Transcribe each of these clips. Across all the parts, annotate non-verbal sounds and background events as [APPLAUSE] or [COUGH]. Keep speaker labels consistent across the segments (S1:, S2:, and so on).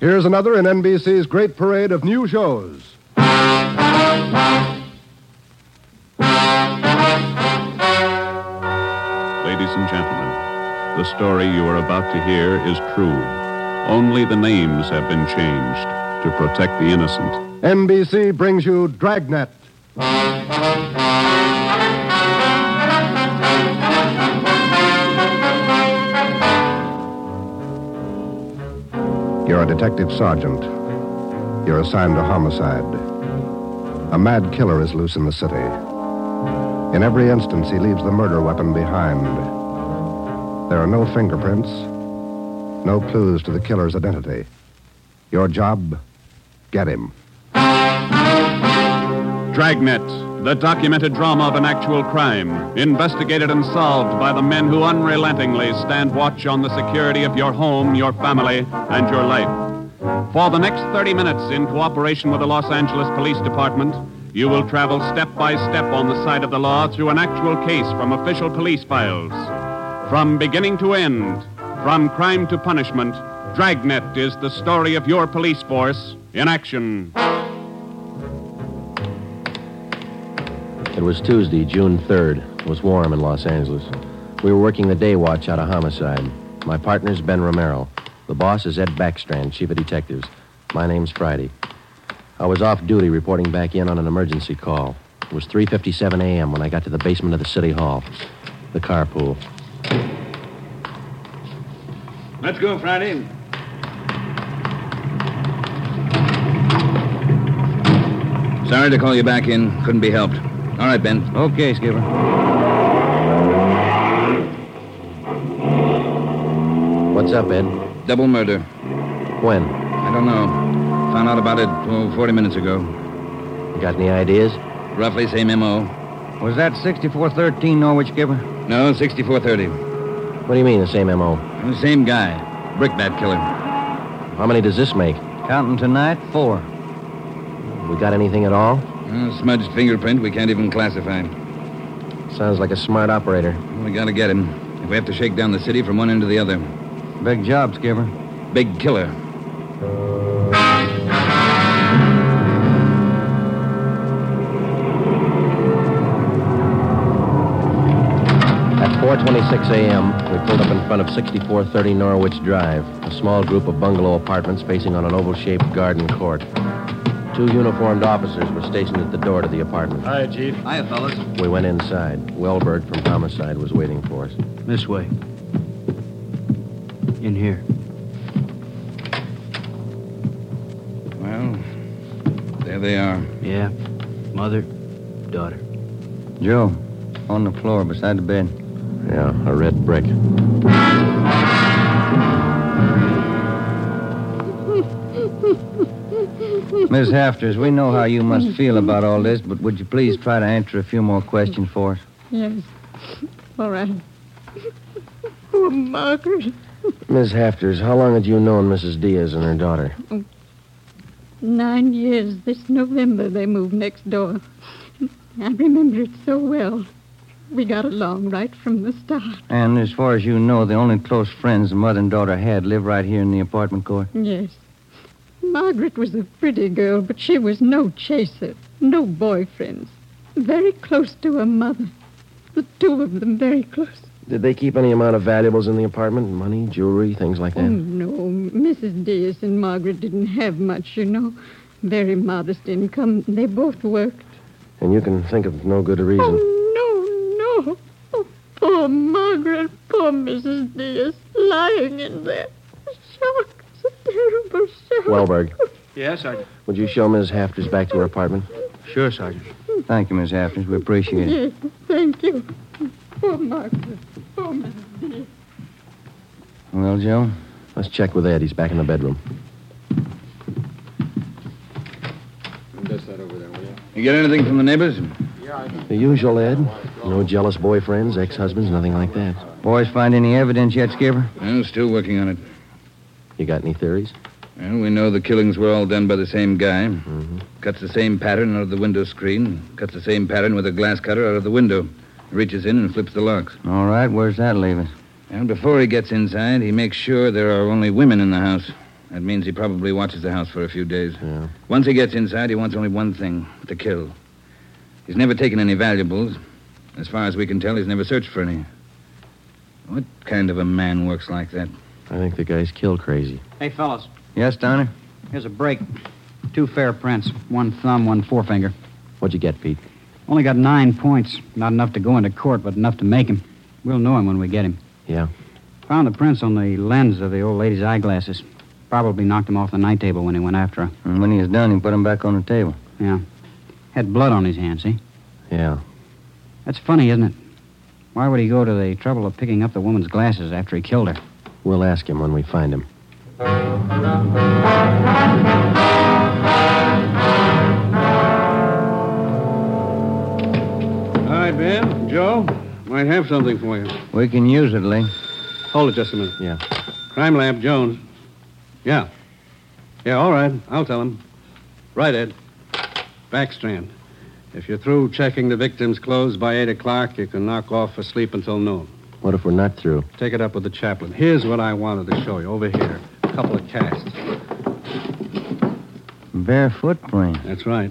S1: Here's another in NBC's great parade of new shows.
S2: Ladies and gentlemen, the story you are about to hear is true. Only the names have been changed to protect the innocent.
S1: NBC brings you Dragnet. You're a detective sergeant. You're assigned to homicide. A mad killer is loose in the city. In every instance, he leaves the murder weapon behind. There are no fingerprints, no clues to the killer's identity. Your job, get him.
S2: Dragnet, the documented drama of an actual crime, investigated and solved by the men who unrelentingly stand watch on the security of your home, your family, and your life. For the next 30 minutes, in cooperation with the Los Angeles Police Department, you will travel step by step on the side of the law through an actual case from official police files. From beginning to end, from crime to punishment, Dragnet is the story of your police force in action.
S3: It was Tuesday, June 3rd. It was warm in Los Angeles. We were working the day watch out of homicide. My partner's Ben Romero. The boss is Ed Backstrand, chief of detectives. My name's Friday. I was off duty reporting back in on an emergency call. It was 3:57 a.m. when I got to the basement of the city hall, the carpool.
S2: Let's go, Friday.
S4: Sorry to call you back in. Couldn't be helped. All right, Ben. Okay, Skipper.
S3: What's up, Ed?
S4: Double murder.
S3: When?
S4: I don't know. Found out about it oh, 40 minutes ago.
S3: You got any ideas?
S4: Roughly same M.O.
S5: Was that 6413 Norwich, Skipper?
S4: No, 6430.
S3: What do you mean, the same MO?
S4: Same guy. Brickbat killer.
S3: How many does this make?
S5: Counting tonight, four.
S3: We got anything at all?
S4: Uh, smudged fingerprint we can't even classify.
S3: Sounds like a smart operator.
S4: We gotta get him. If we have to shake down the city from one end to the other.
S5: Big job, Skipper.
S4: Big killer.
S3: At 4:26 a.m., we pulled up in front of 6430 Norwich Drive, a small group of bungalow apartments facing on an oval-shaped garden court. Two uniformed officers were stationed at the door to the apartment.
S6: Hi, Chief.
S4: Hiya, fellas.
S3: We went inside. Welberg from homicide was waiting for us.
S5: This way. In here.
S4: Well, there they are.
S5: Yeah. Mother, daughter. Joe, on the floor beside the bed.
S3: Yeah, a red brick.
S5: Miss Hafters, we know how you must feel about all this, but would you please try to answer a few more questions for us?
S7: Yes. All right. Poor Margaret.
S3: Miss Hafters, how long had you known Mrs. Diaz and her daughter?
S7: Nine years. This November they moved next door. I remember it so well. We got along right from the start.
S5: And as far as you know, the only close friends the mother and daughter had live right here in the apartment court.
S7: Yes. Margaret was a pretty girl, but she was no chaser, no boyfriends. Very close to her mother. The two of them very close.
S3: Did they keep any amount of valuables in the apartment? Money, jewelry, things like
S7: Oh,
S3: that?
S7: no. Mrs. Diaz and Margaret didn't have much, you know. Very modest income. They both worked.
S3: And you can think of no good reason.
S7: Oh, no, no. Oh, poor Margaret, poor Mrs. Diaz, lying in there. Shock, it's a terrible shock.
S3: Welberg,
S6: Yes, Sergeant.
S3: would you show Miss Hafters back to her apartment?
S6: Sure, Sergeant.
S5: Thank you, Miss Hafters. We appreciate it.
S7: Yes, thank you. Poor Margaret, poor Mrs. Diaz.
S5: Well, Joe,
S3: Let's check with Ed. He's back in the bedroom.
S4: You get anything from the neighbors?
S3: The usual, Ed. No jealous boyfriends, ex husbands, nothing like that.
S5: boys find any evidence yet, Skipper?
S4: Well, still working on it.
S3: You got any theories?
S4: Well, we know the killings were all done by the same guy.
S5: Mm-hmm.
S4: Cuts the same pattern out of the window screen. Cuts the same pattern with a glass cutter out of the window. Reaches in and flips the locks.
S5: All right, where's that leave us?
S4: And before he gets inside, he makes sure there are only women in the house. That means he probably watches the house for a few days.
S3: Yeah.
S4: Once he gets inside, he wants only one thing to kill. He's never taken any valuables. As far as we can tell, he's never searched for any. What kind of a man works like that?
S3: I think the guy's kill crazy.
S6: Hey, fellas,
S5: Yes, Donner?
S6: here's a break. Two fair prints, one thumb, one forefinger.
S3: What'd you get, Pete?
S6: Only got nine points. Not enough to go into court, but enough to make him. We'll know him when we get him.
S3: Yeah.
S6: Found the prints on the lens of the old lady's eyeglasses. Probably knocked him off the night table when he went after her.
S5: And when he was done, he put him back on the table.
S6: Yeah. Had blood on his hands, see?
S3: Yeah.
S6: That's funny, isn't it? Why would he go to the trouble of picking up the woman's glasses after he killed her?
S3: We'll ask him when we find him.
S8: Hi, Ben. Joe, might have something for you.
S5: We can use it, Lee.
S8: Hold it just a minute.
S3: Yeah.
S8: Crime Lab, Jones. Yeah. Yeah, all right. I'll tell him. Right, Ed. Backstrand. If you're through checking the victim's clothes by 8 o'clock, you can knock off for sleep until noon.
S3: What if we're not through?
S8: Take it up with the chaplain. Here's what I wanted to show you. Over here. A couple of casts.
S5: Bare footprint.
S8: That's right.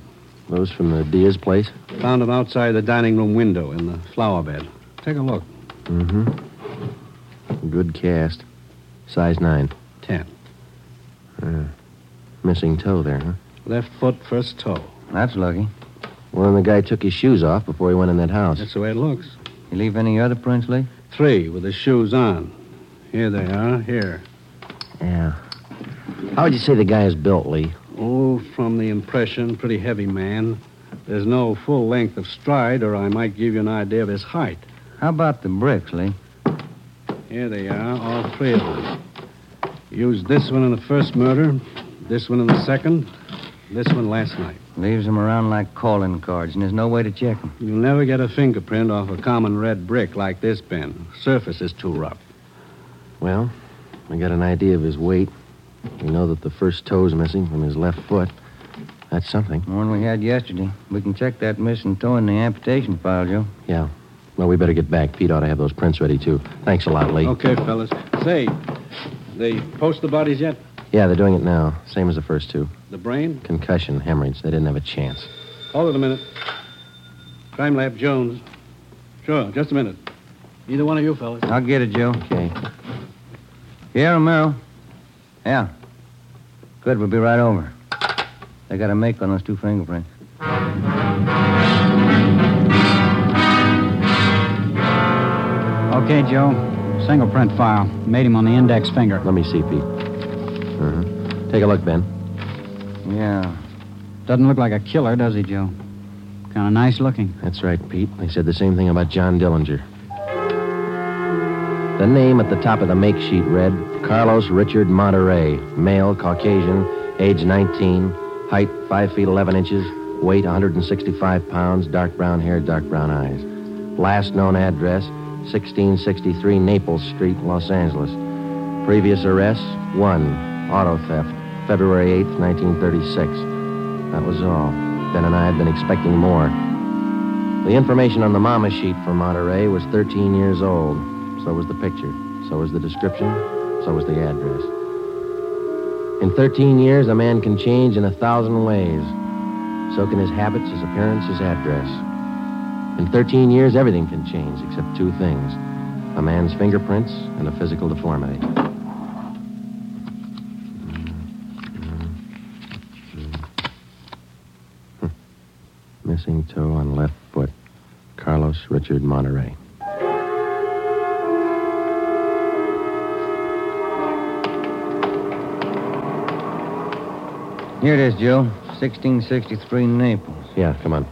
S3: Those from the Diaz place?
S8: Found him outside the dining room window in the flower bed. Take a look.
S3: Mm-hmm. Good cast. Size nine. Uh,
S8: Ten.
S3: Missing toe there, huh?
S8: Left foot, first toe.
S5: That's lucky.
S3: Well, then the guy took his shoes off before he went in that house.
S8: That's the way it looks.
S5: You leave any other prints, Lee?
S8: Three with the shoes on. Here they are. Here.
S3: Yeah. How would you say the guy is built, Lee?
S8: Oh, from the impression, pretty heavy man. There's no full length of stride, or I might give you an idea of his height.
S5: How about the bricks, Lee?
S8: Here they are, all three of them. Used this one in the first murder, this one in the second, this one last night.
S5: Leaves them around like calling cards, and there's no way to check them.
S8: You'll never get a fingerprint off a common red brick like this, Ben. Surface is too rough.
S3: Well, we got an idea of his weight. We know that the first toe's missing from his left foot. That's something.
S5: The one we had yesterday. We can check that missing toe in the amputation file, Joe.
S3: Yeah. Well, we better get back. Pete ought to have those prints ready, too. Thanks a lot, Lee.
S8: Okay, fellas. Say, they post the bodies yet?
S3: Yeah, they're doing it now. Same as the first two.
S8: The brain?
S3: Concussion, hemorrhage. They didn't have a chance.
S8: Hold it a minute. Crime Lab Jones. Sure, just a minute. Either one of you fellas.
S5: I'll get it, Joe.
S3: Okay.
S5: Yeah, Romero. Yeah. Good, we'll be right over. They got a make on those two fingerprints.
S6: Okay, Joe. Single print file. Made him on the index finger.
S3: Let me see, Pete. Uh-huh. Take a look, Ben.
S5: Yeah.
S6: Doesn't look like a killer, does he, Joe? Kind of nice looking.
S3: That's right, Pete. They said the same thing about John Dillinger. The name at the top of the make sheet read Carlos Richard Monterey, male, Caucasian, age 19, height 5 feet 11 inches, weight 165 pounds, dark brown hair, dark brown eyes. Last known address 1663 Naples Street, Los Angeles. Previous arrests 1. Auto theft, February 8, 1936. That was all. Ben and I had been expecting more. The information on the mama sheet for Monterey was 13 years old. So was the picture. So was the description. So was the address. In 13 years, a man can change in a thousand ways. So can his habits, his appearance, his address. In 13 years, everything can change except two things a man's fingerprints and a physical deformity. Hmm. Missing toe on left foot. Carlos Richard Monterey.
S5: Here it is, Joe. 1663 Naples.
S3: Yeah, come on.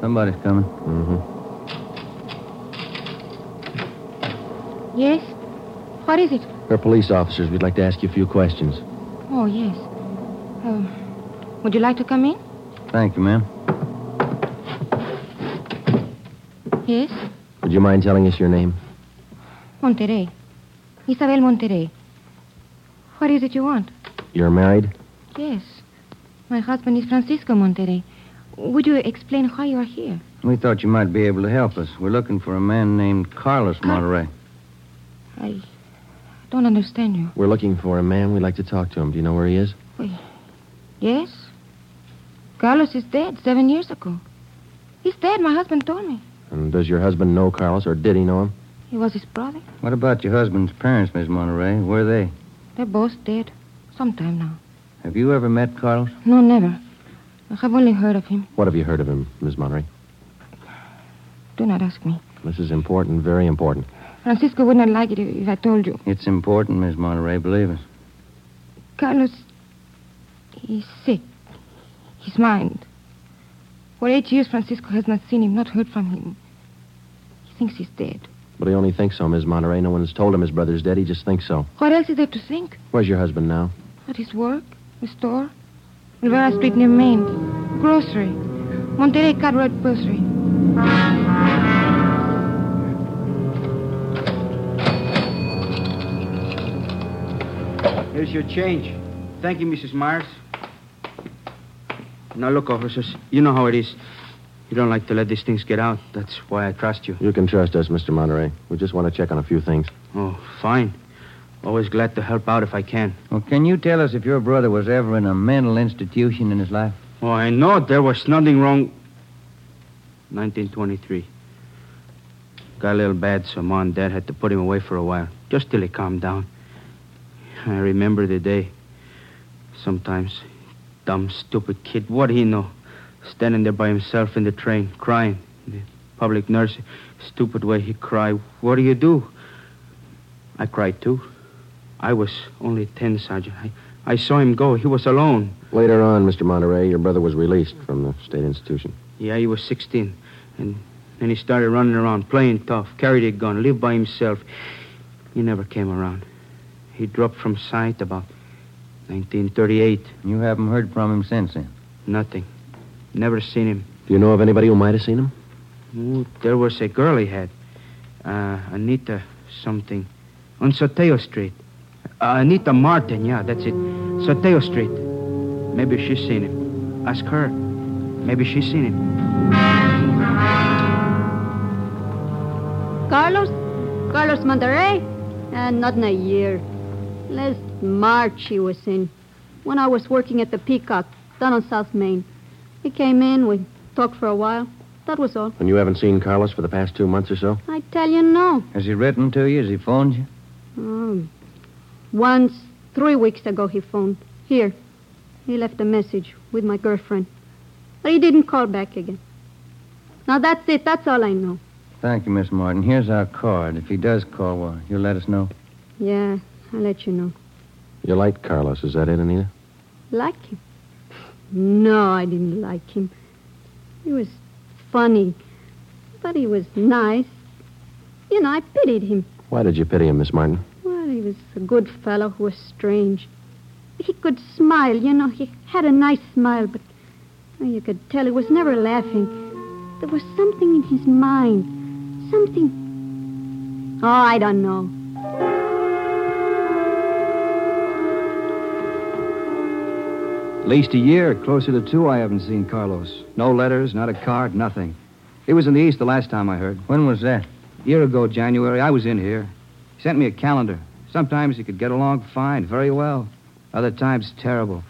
S5: Somebody's coming.
S3: Mm-hmm.
S9: Yes? What is it?
S3: We're police officers. We'd like to ask you a few questions.
S9: Oh, yes. Uh, would you like to come in?
S5: Thank you, ma'am.
S9: Yes?
S3: Would you mind telling us your name?
S9: Monterey. Isabel Monterey. What is it you want?
S3: You're married?
S9: Yes. My husband is Francisco Monterey. Would you explain why you are here?
S5: We thought you might be able to help us. We're looking for a man named Carlos Monterey.
S9: I don't understand you.
S3: We're looking for a man. We'd like to talk to him. Do you know where he is?
S9: Yes? Carlos is dead seven years ago. He's dead, my husband told me.
S3: And does your husband know Carlos, or did he know him?
S9: He was his brother.
S5: What about your husband's parents, Miss Monterey? Where are they?
S9: They're both dead. Sometime now.
S5: Have you ever met Carlos?
S9: No, never. I have only heard of him.
S3: What have you heard of him, Miss Monterey?
S9: Do not ask me.
S3: This is important, very important.
S9: Francisco would not like it if if I told you.
S5: It's important, Miss Monterey, believe us.
S9: Carlos, he's sick. His mind. For eight years, Francisco has not seen him, not heard from him. He thinks he's dead.
S3: But he only thinks so, Miss Monterey. No one has told him his brother's dead. He just thinks so.
S9: What else is there to think?
S3: Where's your husband now?
S9: At his work, the store, Rivera Street near Main, grocery, Monterey Cartwright Grocery.
S10: Here's your change. Thank you, Mrs. Myers. Now, look, officers, you know how it is. You don't like to let these things get out. That's why I trust you.
S3: You can trust us, Mr. Monterey. We just want to check on a few things.
S10: Oh, fine. Always glad to help out if I can.
S5: Well, can you tell us if your brother was ever in a mental institution in his life?
S10: Oh, I know there was nothing wrong. 1923. Got a little bad, so Mom and Dad had to put him away for a while, just till he calmed down. I remember the day. Sometimes, dumb, stupid kid, what he know? Standing there by himself in the train, crying. The public nurse, stupid way he cry. What do you do? I cried too. I was only ten, Sergeant. I, I saw him
S5: Oh,
S10: go. He was alone.
S3: Later on, Mr. Monterey, your brother was released from the state institution.
S10: Yeah, he was 16. And then he started running around, playing tough, carried a gun, lived by himself. He never came around. He dropped from sight about 1938.
S5: You haven't heard from him since then.
S10: Nothing. Never seen him.
S3: Do you know of anybody who might have seen him?
S10: Ooh, there was a girl he had. Uh, Anita something. On Soteo Street. Uh, Anita Martin, yeah, that's it. Soteo Street. Maybe she's seen him. Ask her. Maybe she's seen him.
S11: Carlos? Carlos Monterey? Uh, not in a year. Last March he was in, when I was working at the Peacock, down on South Main. He came in, we talked for a while. That was all.
S3: And you haven't seen Carlos for the past two months or so?
S11: I tell you no.
S5: Has he written to you? Has he phoned you?
S11: Um, once, three weeks ago, he phoned. Here. He left a message with my girlfriend. But he didn't call back again. Now that's it. That's all I know.
S5: Thank you, Miss Martin. Here's our card. If he does call, well, you'll let us know.
S11: Yeah, I'll let you know.
S3: You like Carlos, is that it, Anita?
S11: Like him? No, I didn't like him. He was funny, but he was nice. You know, I pitied him.
S3: Why did you pity him, Miss Martin?
S11: Well, he was a good fellow who was strange. He could smile, you know. He had a nice smile, but well, you could tell he was never laughing. There was something in his mind. Something. Oh, I don't know.
S12: At least a year, closer to two, I haven't seen Carlos. No letters, not a card, nothing. He was in the East the last time I heard.
S5: When was that?
S12: A year ago, January, I was in here. He sent me a calendar. Sometimes he could get along fine, very well. Other times, terrible.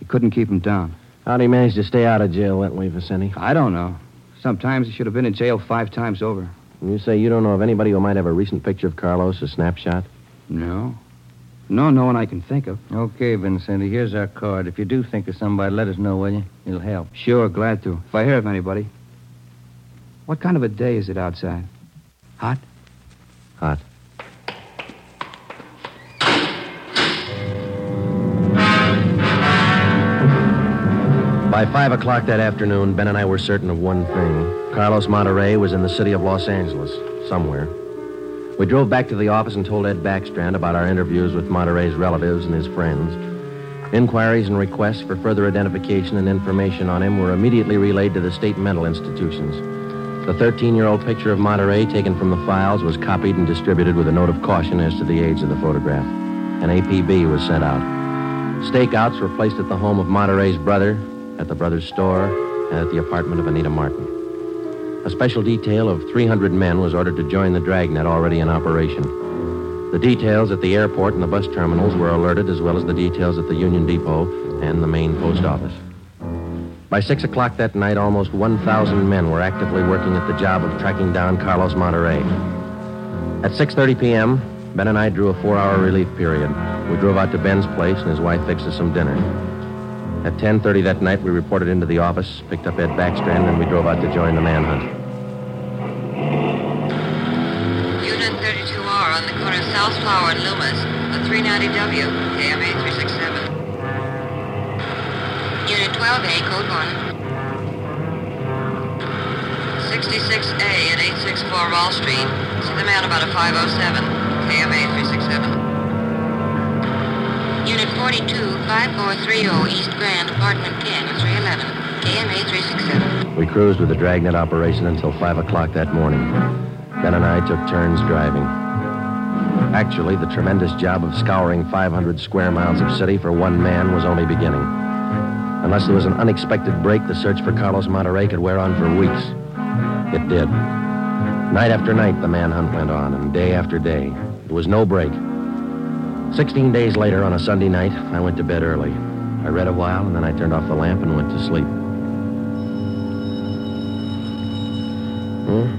S12: You couldn't keep him down.
S3: How'd he manage to stay out of jail that way, Vicente?
S12: I don't know. Sometimes he should have been in jail five times over.
S3: You say you don't know of anybody who might have a recent picture of Carlos, a snapshot?
S12: No. No, no one I can think of.
S5: Okay, Vincent, here's our card. If you do think of somebody, let us know, will you? It'll help.
S12: Sure, glad to. If I hear of anybody. What kind of a day is it outside? Hot?
S3: Hot. By five o'clock that afternoon, Ben and I were certain of one thing. Carlos Monterey was in the city of Los Angeles, somewhere. We drove back to the office and told Ed Backstrand about our interviews with Monterey's relatives and his friends. Inquiries and requests for further identification and information on him were immediately relayed to the state mental institutions. The 13 year old picture of Monterey taken from the files was copied and distributed with a note of caution as to the age of the photograph. An APB was sent out. Stakeouts were placed at the home of Monterey's brother, at the brother's store, and at the apartment of Anita Martin. A special detail of 300 men was ordered to join the dragnet already in operation. The details at the airport and the bus terminals were alerted, as well as the details at the Union Depot and the main post office. By 6 o'clock that night, almost 1,000 men were actively working at the job of tracking down Carlos Monterey. At 6.30 p.m., Ben and I drew a four-hour relief period. We drove out to Ben's place, and his wife fixed us some dinner. At 10.30 that night, we reported into the office, picked up Ed Backstrand, and we drove out to join the manhunt.
S13: Unit 32R on the corner of South Flower and Loomis, a 390W, AMA 367. Unit 12A, code 1. 66A at 864 Wall Street. See the man about a 507, KMA 367. Unit 42, 5430 oh, East Grand, apartment 10, 311, KMA 367.
S3: We cruised with the dragnet operation until 5 o'clock that morning. Ben and I took turns driving. Actually, the tremendous job of scouring 500 square miles of city for one man was only beginning. Unless there was an unexpected break, the search for Carlos Monterey could wear on for weeks. It did. Night after night, the manhunt went on, and day after day. There was no break. Sixteen days later, on a Sunday night, I went to bed early. I read a while, and then I turned off the lamp and went to sleep. Hmm?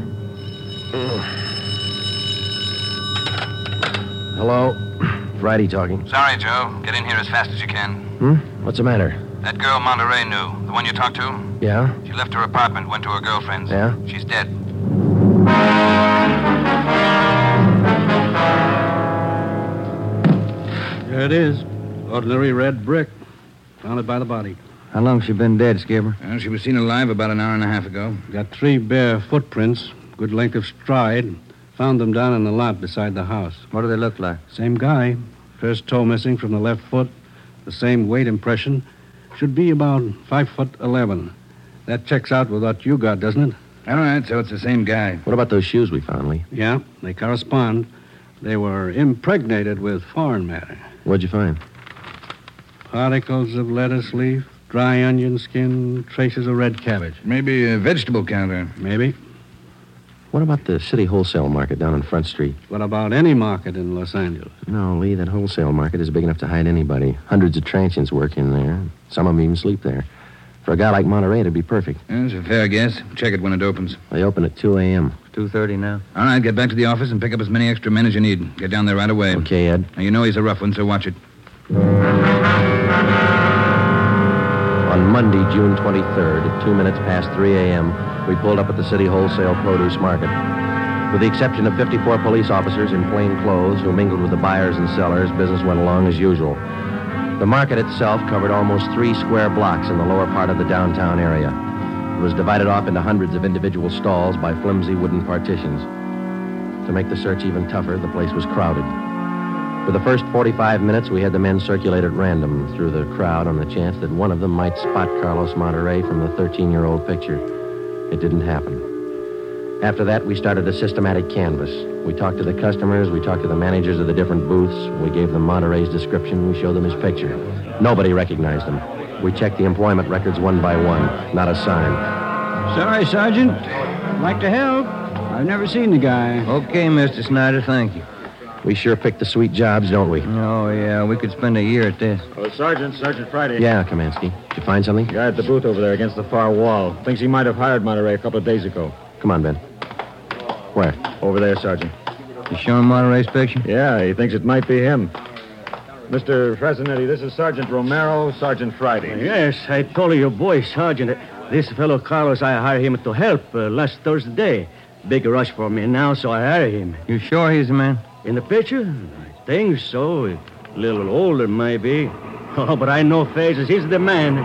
S3: Hmm? Hello? [CLEARS THROAT] Friday talking.
S14: Sorry, Joe. Get in here as fast as you can.
S3: Hmm? What's the matter?
S14: That girl Monterey knew, the one you talked to,
S3: Yeah?
S14: she left her apartment, went to her girlfriend's.
S3: Yeah?
S14: She's dead.
S8: There it is. Ordinary red brick. Found it by the body.
S5: How long's she been dead, Skipper?
S4: Well, she was seen alive about an hour and a half ago.
S8: Got three bare footprints, good length of stride. Found them down in the lot beside the house.
S5: What do they look like?
S8: Same guy. First toe missing from the left foot. The same weight impression. Should be about five foot eleven. That checks out with what you got, doesn't it?
S4: All right, so it's the same guy.
S3: What about those shoes we found, Lee?
S8: Yeah, they correspond. They were impregnated with foreign matter.
S3: What'd you find?
S8: Particles of lettuce leaf, dry onion skin, traces of red cabbage.
S4: Maybe a vegetable counter.
S8: Maybe.
S3: What about the city wholesale market down on Front Street?
S8: What about any market in Los Angeles?
S3: No, Lee, that wholesale market is big enough to hide anybody. Hundreds of transients work in there. Some of them even sleep there. For a guy like Monterey, it'd be perfect.
S4: That's a fair guess. Check it when it opens.
S3: They open at 2 a.m.
S5: 2.30 now.
S4: All right, get back to the office and pick up as many extra men as you need. Get down there right away.
S3: Okay, Ed.
S4: Now, you know he's a rough one, so watch it.
S3: On Monday, June 23rd, at 2 minutes past 3 a.m., we pulled up at the city wholesale produce market. With the exception of 54 police officers in plain clothes who mingled with the buyers and sellers, business went along as usual. The market itself covered almost three square blocks in the lower part of the downtown area. It was divided off into hundreds of individual stalls by flimsy wooden partitions. To make the search even tougher, the place was crowded. For the first 45 minutes, we had the men circulate at random through the crowd on the chance that one of them might spot Carlos Monterey from the 13 year old picture. It didn't happen. After that, we started a systematic canvas. We talked to the customers, we talked to the managers of the different booths, we gave them Monterey's description, we showed them his picture. Nobody recognized him. We checked the employment records one by one, not a sign.
S12: Sorry, Sergeant. Like to help. I've never seen the guy.
S5: Okay, Mr. Snyder, thank you.
S3: We sure picked the sweet jobs, don't we?
S5: Oh, yeah, we could spend a year at this.
S15: Oh, Sergeant, Sergeant Friday.
S3: Yeah, Kamansky. Did you find something?
S15: Guy at the booth over there against the far wall. Thinks he might have hired Monterey a couple of days ago.
S3: Come on, Ben. Where?
S15: Over there, Sergeant.
S5: You showing Monterey's picture?
S15: Yeah, he thinks it might be him. Mr. Fresnetti, this is Sergeant Romero, Sergeant Friday.
S16: Yes, I told your boy, Sergeant. This fellow Carlos, I hired him to help uh, last Thursday. Big rush for me now, so I hired him.
S5: You sure he's the man?
S16: In the picture? I think so. A little older, maybe. [LAUGHS] Oh, but I know faces. He's the man.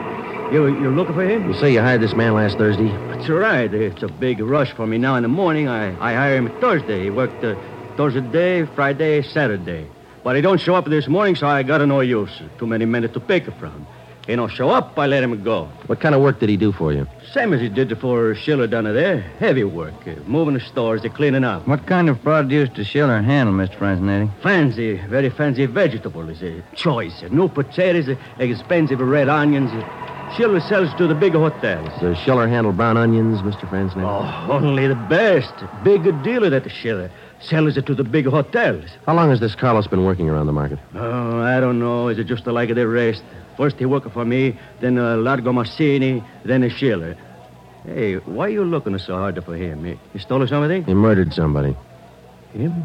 S16: You, you looking for him?
S3: You say you hired this man last Thursday?
S16: That's right. It's a big rush for me now in the morning. I, I hire him Thursday. He worked uh, Thursday, Friday, Saturday. But he don't show up this morning, so I got no use. Too many men to pick from. He don't show up, I let him go.
S3: What kind of work did he do for you?
S16: Same as he did for Schiller down there. Heavy work. uh, moving the stores, the cleaning up.
S5: What kind of produce does Schiller handle, Mr. Franzetti?
S16: Fancy, very fancy vegetables. Uh, choice. uh, New potatoes, uh, expensive red onions. uh, Schiller sells to the big hotels.
S3: Does Schiller handle brown onions, Mr. Franz?
S16: Oh, only the best. Big dealer that Schiller sells it to the big hotels.
S3: How long has this Carlos been working around the market?
S16: Oh, I don't know. Is it just like the rest? First he worked for me, then uh, Largo Massini, then a Schiller. Hey, why are you looking so hard for him? He, he stole something?
S3: He murdered somebody.
S16: Him?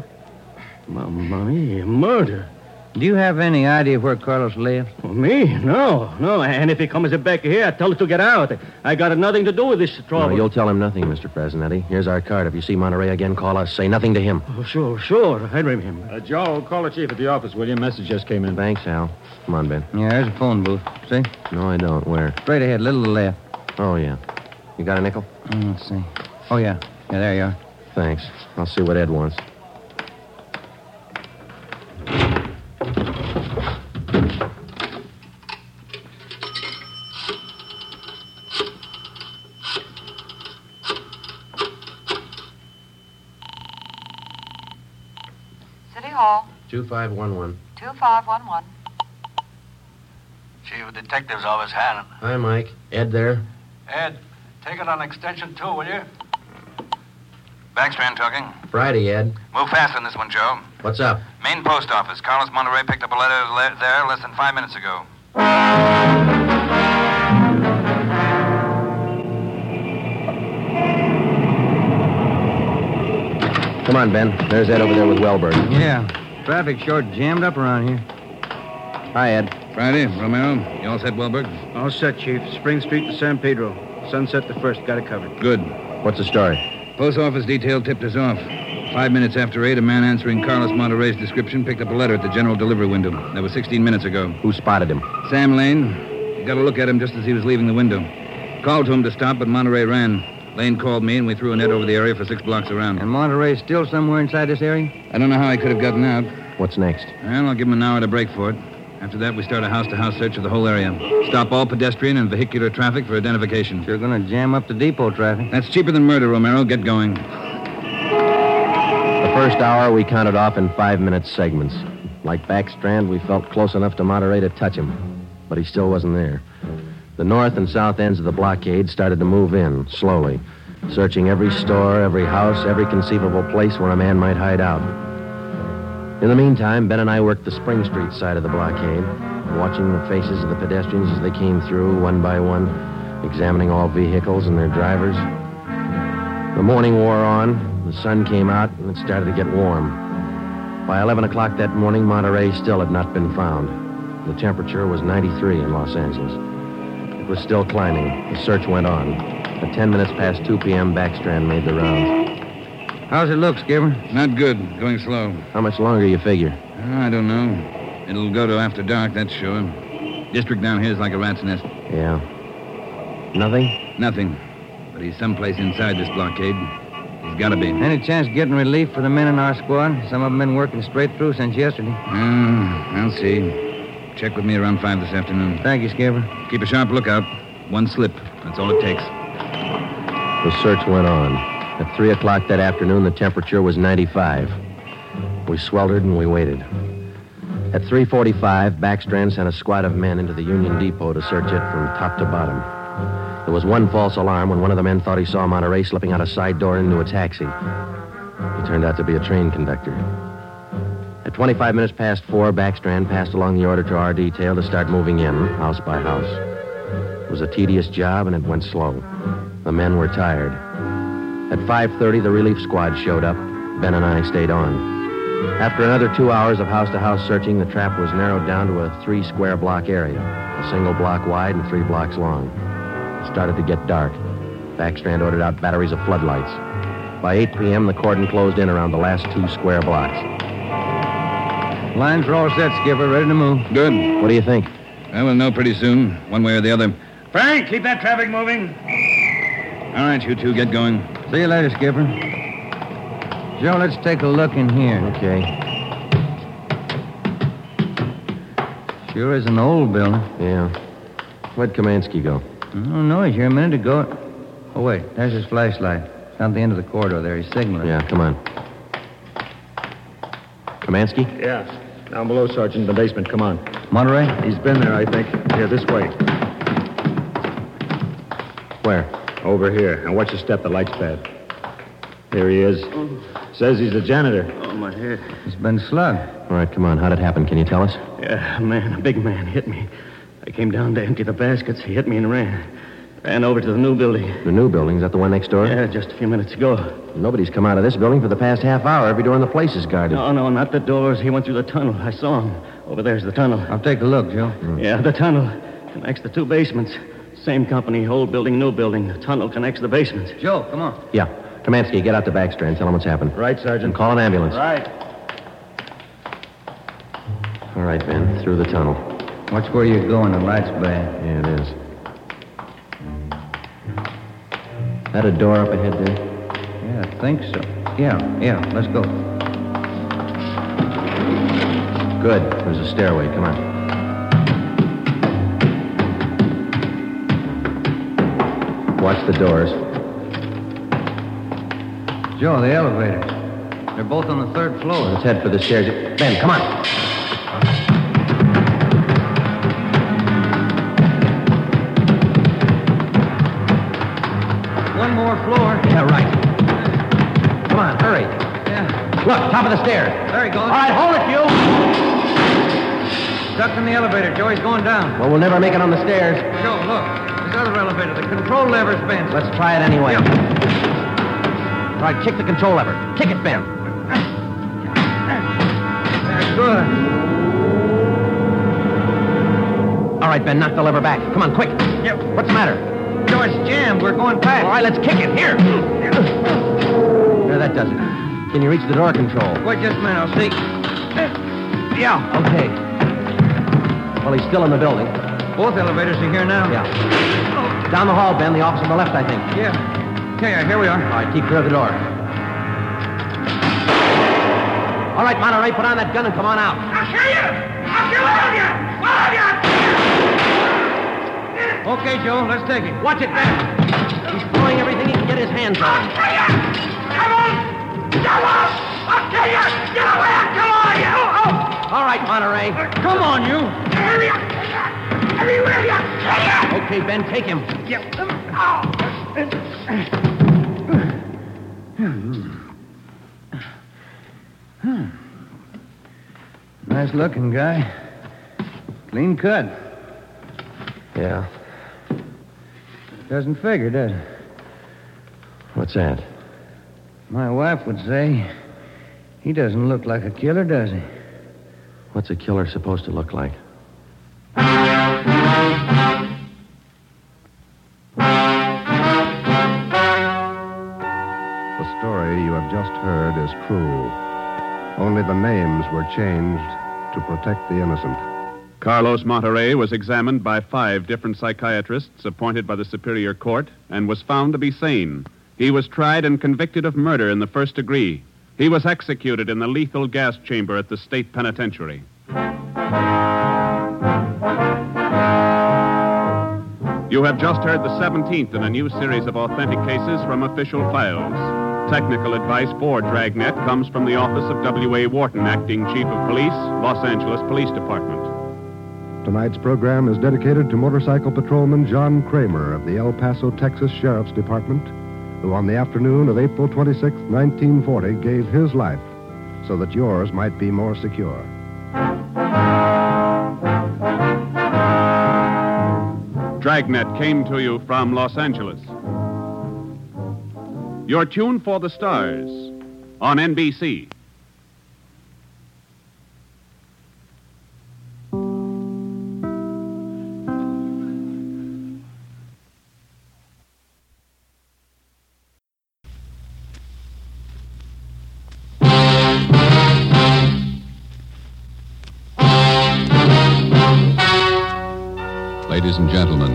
S16: Mamma mia, murder.
S5: Do you have any idea where Carlos lives?
S16: Well, Oh, me? No, no. And if he comes back here, I tell him to get out. I got nothing to do with this trouble.
S3: No, you'll tell him nothing, Mr. Fresnetti. Here's our card. If you see Monterey again, call us. Say nothing to him.
S16: Oh, sure, sure. I remember.
S15: Uh, Joe, call the chief at the office, will you? Message just came in.
S3: Thanks, Al. Come on, Ben.
S5: Yeah, there's a phone booth. See?
S3: No, I don't. Where?
S5: Straight ahead, little to the left.
S3: Oh, yeah. You got a nickel?
S5: Mm, let's see. Oh, yeah. Yeah, there you are.
S3: Thanks. I'll see what Ed wants.
S17: City Hall.
S3: 2511.
S17: 2511.
S14: Chief of Detectives Office, Hannon.
S3: Hi, Mike. Ed there?
S14: Ed, take it on extension two, will you? Backstrand talking.
S3: Friday, Ed.
S14: Move fast on this one, Joe.
S3: What's up?
S14: Main post office. Carlos Monterey picked up a letter le- there less than five minutes ago.
S3: Come on, Ben. There's Ed over there with Wellberg.
S5: Yeah. Traffic short jammed up around here.
S3: Hi, Ed.
S4: Friday, Romero, you all set, Wilberg?
S10: All set, Chief. Spring Street to San Pedro. Sunset the first. Got it covered.
S4: Good.
S3: What's the story?
S4: Post office detail tipped us off. Five minutes after eight, a man answering Carlos Monterey's description picked up a letter at the general delivery window. That was 16 minutes ago.
S3: Who spotted him?
S4: Sam Lane. You got a look at him just as he was leaving the window. Called to him to stop, but Monterey ran. Lane called me, and we threw a net over the area for six blocks around.
S5: And Monterey's still somewhere inside this area?
S4: I don't know how he could have gotten out.
S3: What's next?
S4: Well, I'll give him an hour to break for it. After that, we start a house to house search of the whole area. Stop all pedestrian and vehicular traffic for identification.
S5: You're going to jam up the depot traffic.
S4: That's cheaper than murder, Romero. Get going.
S3: The first hour we counted off in five minute segments. Like Backstrand, we felt close enough to Monterey to touch him, but he still wasn't there. The north and south ends of the blockade started to move in, slowly, searching every store, every house, every conceivable place where a man might hide out. In the meantime, Ben and I worked the Spring Street side of the blockade, watching the faces of the pedestrians as they came through one by one, examining all vehicles and their drivers. The morning wore on, the sun came out, and it started to get warm. By 11 o'clock that morning, Monterey still had not been found. The temperature was 93 in Los Angeles. It was still climbing. The search went on. At 10 minutes past 2 p.m., Backstrand made the rounds.
S5: How's it look, Skipper?
S4: Not good. Going slow. Ah,
S3: How much longer you figure?
S4: I don't know. It'll go to after dark, that's sure. District down here is like a rat's nest.
S3: Yeah. Nothing?
S4: Nothing. But he's someplace inside this blockade. He's got to be.
S5: Any chance of getting relief for the men in our squad? Some of them been working straight through since yesterday.
S4: Uh, I'll see. Check with me around five this afternoon.
S5: Thank you, Skipper.
S4: Keep a sharp lookout. One slip. That's all it takes.
S3: The search went on. At 3 o'clock that afternoon, the temperature was 95. We sweltered and we waited. At 3.45, Backstrand sent a squad of men into the Union Depot to search it from top to bottom. There was one false alarm when one of the men thought he saw Monterey slipping out a side door into a taxi. He turned out to be a train conductor. At 25 minutes past 4, Backstrand passed along the order to our detail to start moving in, house by house. It was a tedious job, and it went slow. The men were tired. At 5:30, the relief squad showed up. Ben and I stayed on. After another two hours of house-to-house searching, the trap was narrowed down to a three-square block area, a single block wide and three blocks long. It started to get dark. Backstrand ordered out batteries of floodlights. By 8 p.m., the cordon closed in around the last two square blocks.
S5: Lines are all set, Skipper. Ready to move.
S4: Good.
S3: What do you think?
S4: I will know pretty soon, one way or the other.
S18: Frank, keep that traffic moving.
S4: All right, you two, get going.
S5: See you later, Skipper. Joe, let's take a look in here.
S3: Okay.
S5: Sure is an old building.
S3: Yeah. Where'd Kamansky go?
S5: I don't know. oh, He's here a minute ago. Oh, wait. There's his flashlight. It's down the end of the corridor there. He's signaling.
S3: Yeah, come on. Kamansky?
S15: Yeah. Down below, Sergeant, in the basement. Come on.
S5: Monterey?
S15: He's been there, I think. Yeah, this way.
S3: Where?
S15: Over here. Now watch your step. The light's bad. Here he is.
S19: Mm-hmm.
S15: Says he's the janitor.
S16: Oh, my head.
S3: It's been slugged. All right, come on. How'd it happen? Can you tell us?
S16: Yeah, a man, a big man, hit me. I came down to empty the baskets. He hit me and ran. Ran over to the new building.
S3: The new building, is that the one next door?
S16: Yeah, just a few minutes ago.
S3: Nobody's come out of this building for the past half hour. Every door in the place is guarded.
S16: No, no, not the doors. He went through the tunnel. I saw him. Over there's the tunnel.
S5: I'll take a look, Joe.
S16: Yeah, the tunnel connects the two basements. Same company, old building, new building. The tunnel connects the basements.
S5: Joe, come on.
S3: Yeah. Tomansky, get out the back strand. Tell them what's happened.
S15: Right, Sergeant.
S3: And call an ambulance.
S15: Right.
S3: All right, Ben. Through the tunnel.
S5: Watch where you're going. The light's bad.
S3: Yeah, it is. That a door up ahead there?
S5: Yeah, I think so. Yeah, yeah. Let's go.
S3: Good. There's a stairway. Come on. Watch the doors.
S5: Joe, the elevator. They're both on the third floor.
S3: Let's head for the stairs. Ben, come on.
S5: One more floor.
S3: Yeah, right. Come on, hurry. Look, top of the stairs.
S5: There he goes. All
S3: right, hold it, you.
S5: Stuck in the elevator, Joe. He's going down.
S3: Well, we'll never make it on the stairs.
S5: Joe, look. This other elevator. The control lever's bent.
S3: Let's try it anyway. All right, kick the control lever. Kick it, Ben.
S5: Yeah, good.
S3: All right, Ben, knock the lever back. Come on, quick.
S5: Yep.
S3: What's the matter?
S5: Joe, it's jammed. We're going past.
S3: All right, let's kick it. Here. There, that does it. Can you reach the door control?
S5: Wait just a minute. I'll see. Yeah.
S3: Okay. Well, he's still in the building.
S5: Both elevators are here now.
S3: Yeah. Down the hall, Ben. The office on the left, I think.
S5: Yeah. Okay, here we are.
S3: All right, keep clear of the door. All right, Monterey, put on that gun and come on out.
S18: I'll kill you! I'll kill all of you! All of you!
S5: Okay, Joe, let's take it.
S3: Watch it, Ben. He's blowing everything he can get his hands on.
S18: Kill you! Come on! Come on! I'll kill you! Get away! I'll kill all of you! Oh, oh!
S3: All right, Monterey.
S20: Uh,
S5: Come on, you.
S18: Hurry up! Hurry up! you! Kill you!
S3: Okay, Ben, take him.
S18: Yep.
S20: um,
S18: Oh!
S5: Hmm. Nice looking guy. Clean cut.
S3: Yeah.
S5: Doesn't figure, does it?
S3: What's that?
S5: My wife would say he doesn't look like a killer, does he?
S3: What's a killer supposed to look like?
S1: The story you have just heard is true. Only the names were changed to protect the innocent.
S2: Carlos Monterey was examined by five different psychiatrists appointed by the Superior Court and was found to be sane. He was tried and convicted of murder in the first degree. He was executed in the lethal gas chamber at the state penitentiary. You have just heard the 17th in a new series of authentic cases from official files. Technical advice for Dragnet comes from the office of W.A. Wharton, acting chief of police, Los Angeles Police Department.
S1: Tonight's program is dedicated to motorcycle patrolman John Kramer of the El Paso, Texas Sheriff's Department, who on the afternoon of April 26, 1940, gave his life so that yours might be more secure.
S2: Dragnet came to you from Los Angeles. Your tune for the stars on NBC.
S21: Ladies and gentlemen,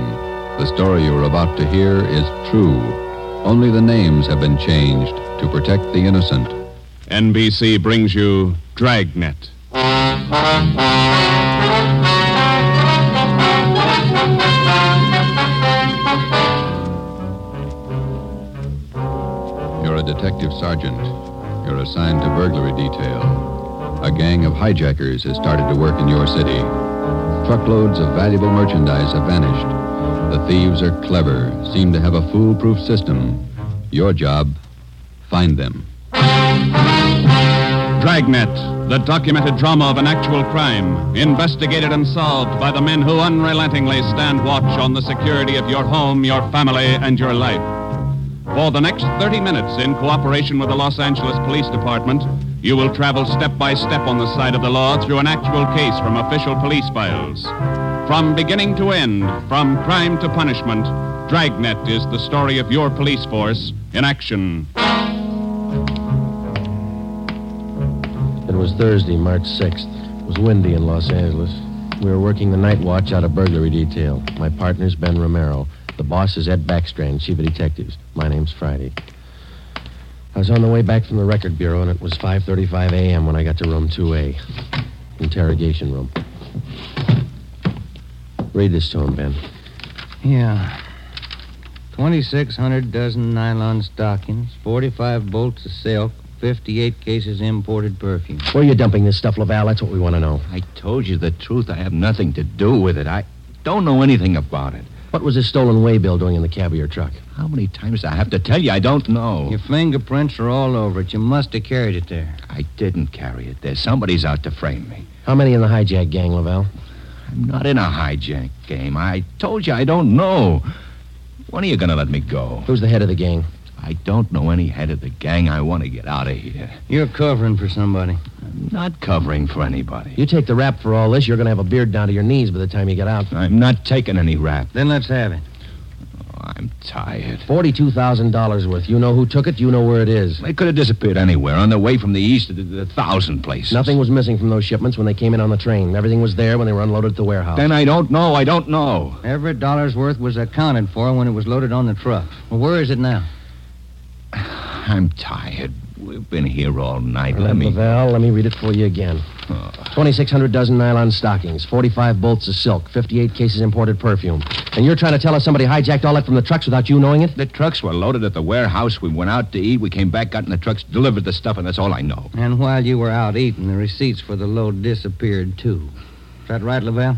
S21: the story you are about to hear is true. Only the names have been changed to protect the innocent.
S2: NBC brings you Dragnet.
S21: You're a detective sergeant. You're assigned to burglary detail. A gang of hijackers has started to work in your city. Truckloads of valuable merchandise have vanished. The thieves are clever, seem to have a foolproof system. Your job, find them.
S2: Dragnet, the documented drama of an actual crime, investigated and solved by the men who unrelentingly stand watch on the security of your home, your family, and your life. For the next 30 minutes, in cooperation with the Los Angeles Police Department, you will travel step by step on the side of the law through an actual case from official police files. From beginning to end, from crime to punishment, Dragnet is the story of your police force in action.
S3: It was Thursday, March 6th. It was windy in Los Angeles. We were working the night watch out of burglary detail. My partner's Ben Romero. The boss is Ed Backstrand, chief of detectives. My name's Friday. I was on the way back from the record bureau, and it was 5:35 a.m. when I got to room 2A, interrogation room. Read this to him, Ben.
S5: Yeah. 2,600 dozen nylon stockings, 45 bolts of silk, 58 cases imported perfume.
S3: Where are you dumping this stuff, Laval? That's what we want to know.
S22: I told you the truth. I have nothing to do with it. I don't know anything about it.
S3: What was this stolen waybill doing in the cab of your truck?
S22: How many times do I have to tell you? I don't know.
S5: Your fingerprints are all over it. You must have carried it there.
S22: I didn't carry it there. Somebody's out to frame me.
S3: How many in the hijack gang, Lavelle?
S22: I'm not in a hijack game. I told you I don't know. When are you going to let me go?
S3: Who's the head of the gang?
S22: I don't know any head of the gang. I want to get out of here.
S5: You're covering for somebody.
S22: I'm not covering for anybody.
S3: You take the rap for all this, you're going to have a beard down to your knees by the time you get out.
S22: I'm not taking any rap.
S5: Then let's have it.
S22: Oh, I'm tired.
S3: $42,000 worth. You know who took it, you know where it is.
S22: They could have disappeared anywhere on their way from the east to the, the thousand places.
S3: Nothing was missing from those shipments when they came in on the train. Everything was there when they were unloaded at the warehouse.
S22: Then I don't know. I don't know.
S5: Every dollar's worth was accounted for when it was loaded on the truck. Well, where is it now?
S22: I'm tired. We've been here all night.
S3: All right,
S22: let me.
S3: Lavelle, let me read it for you again.
S22: Oh.
S3: 2,600 dozen nylon stockings, 45 bolts of silk, 58 cases imported perfume. And you're trying to tell us somebody hijacked all that from the trucks without you knowing it?
S22: The trucks were loaded at the warehouse. We went out to eat. We came back, got in the trucks, delivered the stuff, and that's all I know.
S5: And while you were out eating, the receipts for the load disappeared, too. Is that right, Lavelle?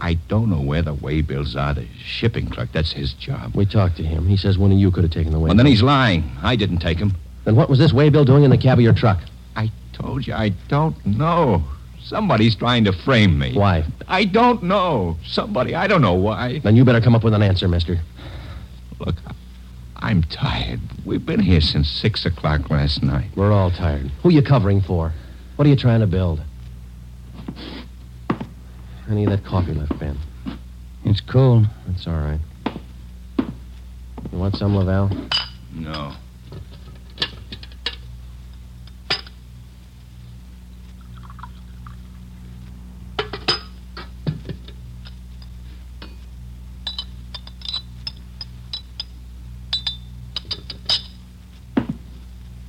S22: I don't know where the waybills are. The shipping clerk, that's his job.
S3: We talked to him. He says one of you could have taken the waybill.
S22: Well, then he's lying. I didn't take him.
S3: Then what was this waybill doing in the cab of your truck?
S22: I told you, I don't know. Somebody's trying to frame me.
S3: Why?
S22: I don't know. Somebody, I don't know why.
S3: Then you better come up with an answer, mister.
S22: Look, I'm tired. We've been here since 6 o'clock last night.
S3: We're all tired. Who are you covering for? What are you trying to build? Any of that coffee left, Ben?
S5: It's cold.
S3: That's all right. You want some, Laval?
S22: No.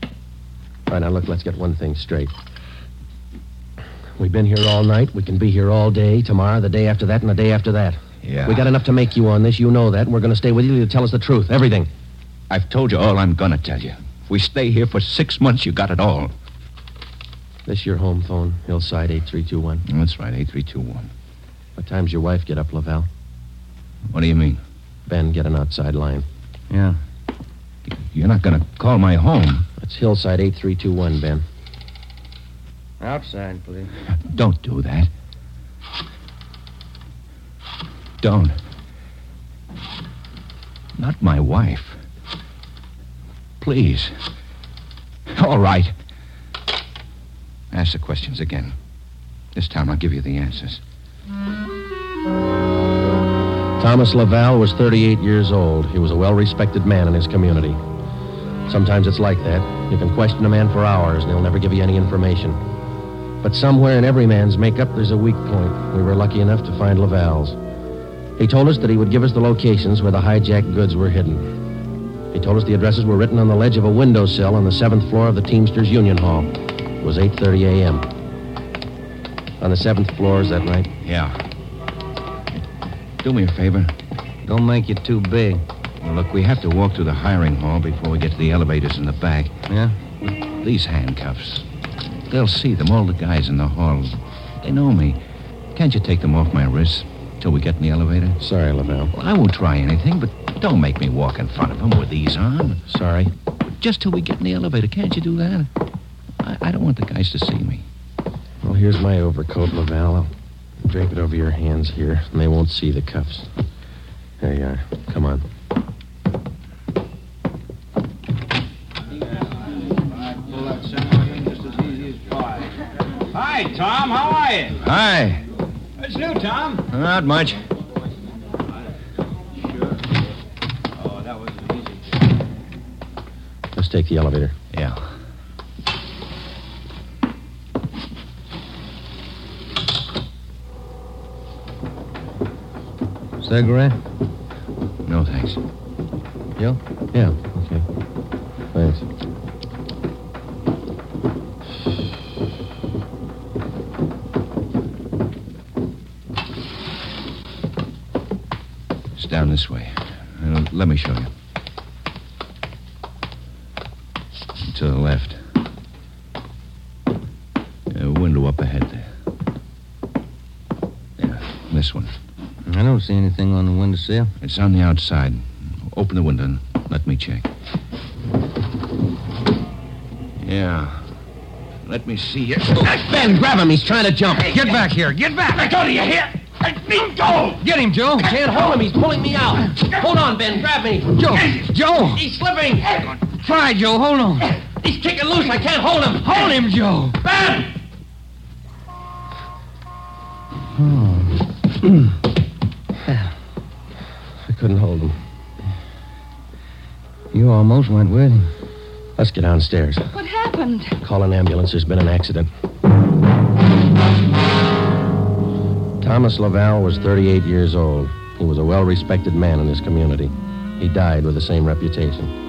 S3: All right, now look, let's get one thing straight. We've been here all night. We can be here all day, tomorrow, the day after that, and the day after that.
S22: Yeah.
S3: We got enough to make you on this. You know that. And we're going to stay with you to tell us the truth. Everything.
S22: I've told you all I'm going to tell you. If we stay here for six months, you got it all.
S3: This your home phone, Hillside 8321.
S22: Mm, That's right, 8321.
S3: What time's your wife get up, Lavelle?
S22: What do you mean?
S3: Ben, get an outside line.
S5: Yeah.
S22: You're not going to call my home.
S3: That's Hillside 8321, Ben.
S5: Outside, please.
S22: Don't do that. Don't. Not my wife. Please. All right. Ask the questions again. This time I'll give you the answers.
S3: Thomas Laval was 38 years old. He was a well respected man in his community. Sometimes it's like that. You can question a man for hours and he'll never give you any information. But somewhere in every man's makeup, there's a weak point. We were lucky enough to find Laval's. He told us that he would give us the locations where the hijacked goods were hidden. He told us the addresses were written on the ledge of a windowsill on the seventh floor of the Teamsters Union Hall. It was 8:30 a.m. On the seventh floor, is that right?
S22: Yeah. Do me a favor.
S5: Don't make it too big.
S22: Well, look, we have to walk through the hiring hall before we get to the elevators in the back.
S5: Yeah?
S22: These handcuffs. They'll see them, all the guys in the hall. They know me. Can't you take them off my wrists? till we get in the elevator?
S3: Sorry, Lavelle.
S22: Well, I won't try anything, but don't make me walk in front of him with these on.
S3: Sorry.
S22: Just till we get in the elevator. Can't you do that? I, I don't want the guys to see me.
S3: Well, here's my overcoat, Lavelle. I'll drape it over your hands here, and they won't see the cuffs. There you are. Come on.
S23: Hi, Tom. How are you?
S22: Hi.
S23: What's new, Tom?
S22: Not much.
S3: Let's take the elevator.
S22: Yeah.
S5: Cigarette?
S22: No, thanks.
S5: You?
S3: Yeah, okay. Thanks.
S22: It's down this way. Uh, Let me show you. To the left. A window up ahead there. Yeah, this one.
S5: I don't see anything on the windowsill.
S22: It's on the outside. Open the window and let me check. Yeah. Let me see here.
S20: Ben, grab him. He's trying to jump.
S22: Hey,
S20: Get back here. Get back.
S23: Let go, do you hear?
S20: Let me go. Get him, Joe. Can't hold him. He's pulling me out. Hold on, Ben. Grab me. Joe. Joe. He's slipping. Try, Joe. Hold on. He's kicking loose. I can't hold him. Hold him, Joe. Ben.
S3: Hmm. [SIGHS] I couldn't hold him.
S5: You almost went with him.
S3: Let's get downstairs.
S24: What happened?
S3: Call an ambulance. There's been an accident. Thomas Laval was 38 years old. He was a well respected man in his community. He died with the same reputation.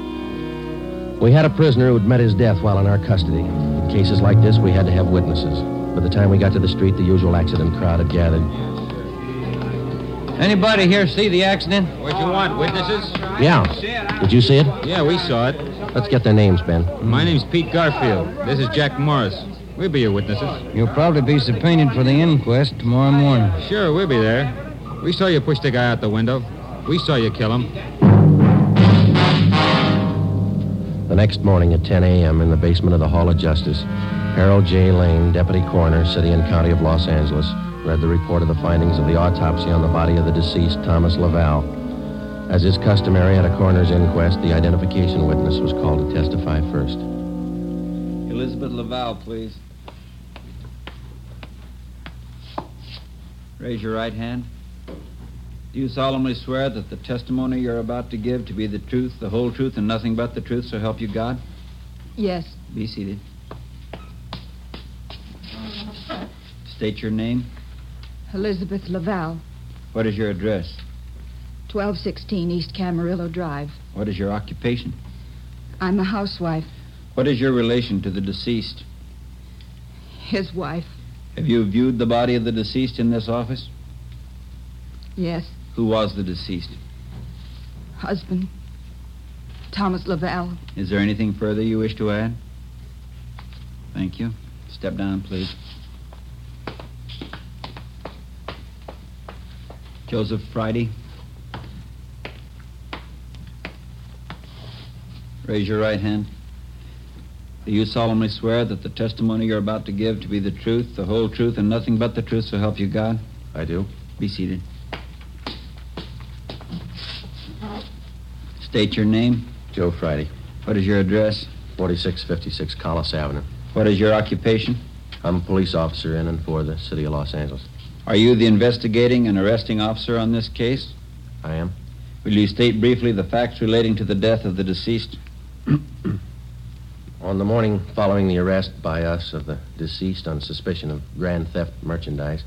S3: We had a prisoner who'd met his death while in our custody. In cases like this, we had to have witnesses. By the time we got to the street, the usual accident crowd had gathered.
S5: Anybody here see the accident?
S19: What you want, witnesses?
S3: Yeah. Did you see it?
S19: Yeah, we saw it.
S3: Let's get their names, Ben.
S19: My name's Pete Garfield. This is Jack Morris. We'll be your witnesses.
S5: You'll probably be subpoenaed for the inquest tomorrow morning.
S19: Sure, we'll be there. We saw you push the guy out the window. We saw you kill him.
S3: The next morning at 10 a.m. in the basement of the Hall of Justice, Harold J. Lane, deputy coroner, city and county of Los Angeles, read the report of the findings of the autopsy on the body of the deceased Thomas Laval. As is customary at a coroner's inquest, the identification witness was called to testify first.
S19: Elizabeth Laval, please.
S24: Raise your right hand. Do you solemnly swear that the testimony you're about to give to be the truth, the whole truth, and nothing but the truth, so help you God? Yes. Be seated. State your name.
S25: Elizabeth Laval,
S24: What is your address?
S25: 1216 East Camarillo Drive.
S24: What is your occupation?
S25: I'm a housewife,
S24: What is your relation to the deceased?
S25: his wife.
S24: Have you viewed the body of the deceased in this office?
S25: Yes,
S24: Who was the deceased?
S25: husband. Thomas Laval.
S24: Is there anything further you wish to add? Thank you. Step down, please. Joseph Friday. Raise your right hand. Do you solemnly swear that the testimony you're about to give to be the truth, the whole truth, and nothing but the truth, so help you God?
S3: I do.
S24: Be seated. State your name.
S3: Joe Friday.
S24: What is your address?
S3: 4656 Collis Avenue.
S24: What is your occupation?
S3: I'm a police officer in and for the city of Los Angeles.
S24: Are you the investigating and arresting officer on this case?
S3: I am.
S24: Will you state briefly the facts relating to the death of the deceased?
S3: On the morning following the arrest by us of the deceased on suspicion of grand theft merchandise,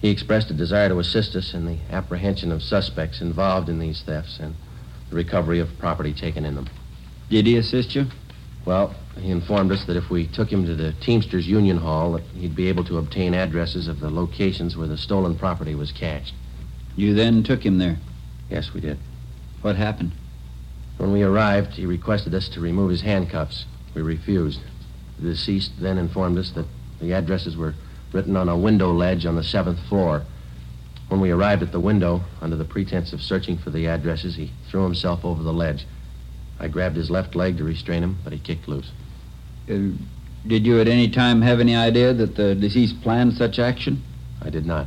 S3: he expressed a desire to assist us in the apprehension of suspects involved in these thefts and the recovery of property taken in them.
S24: Did he assist you?
S3: Well, he informed us that if we took him to the Teamsters Union Hall, that he'd be able to obtain addresses of the locations where the stolen property was cached.
S24: You then took him there.
S3: Yes, we did.
S24: What happened?
S3: When we arrived, he requested us to remove his handcuffs. We refused. The deceased then informed us that the addresses were written on a window ledge on the seventh floor. When we arrived at the window, under the pretense of searching for the addresses, he threw himself over the ledge. I grabbed his left leg to restrain him, but he kicked loose.
S24: Uh, did you at any time have any idea that the deceased planned such action?
S3: I did not.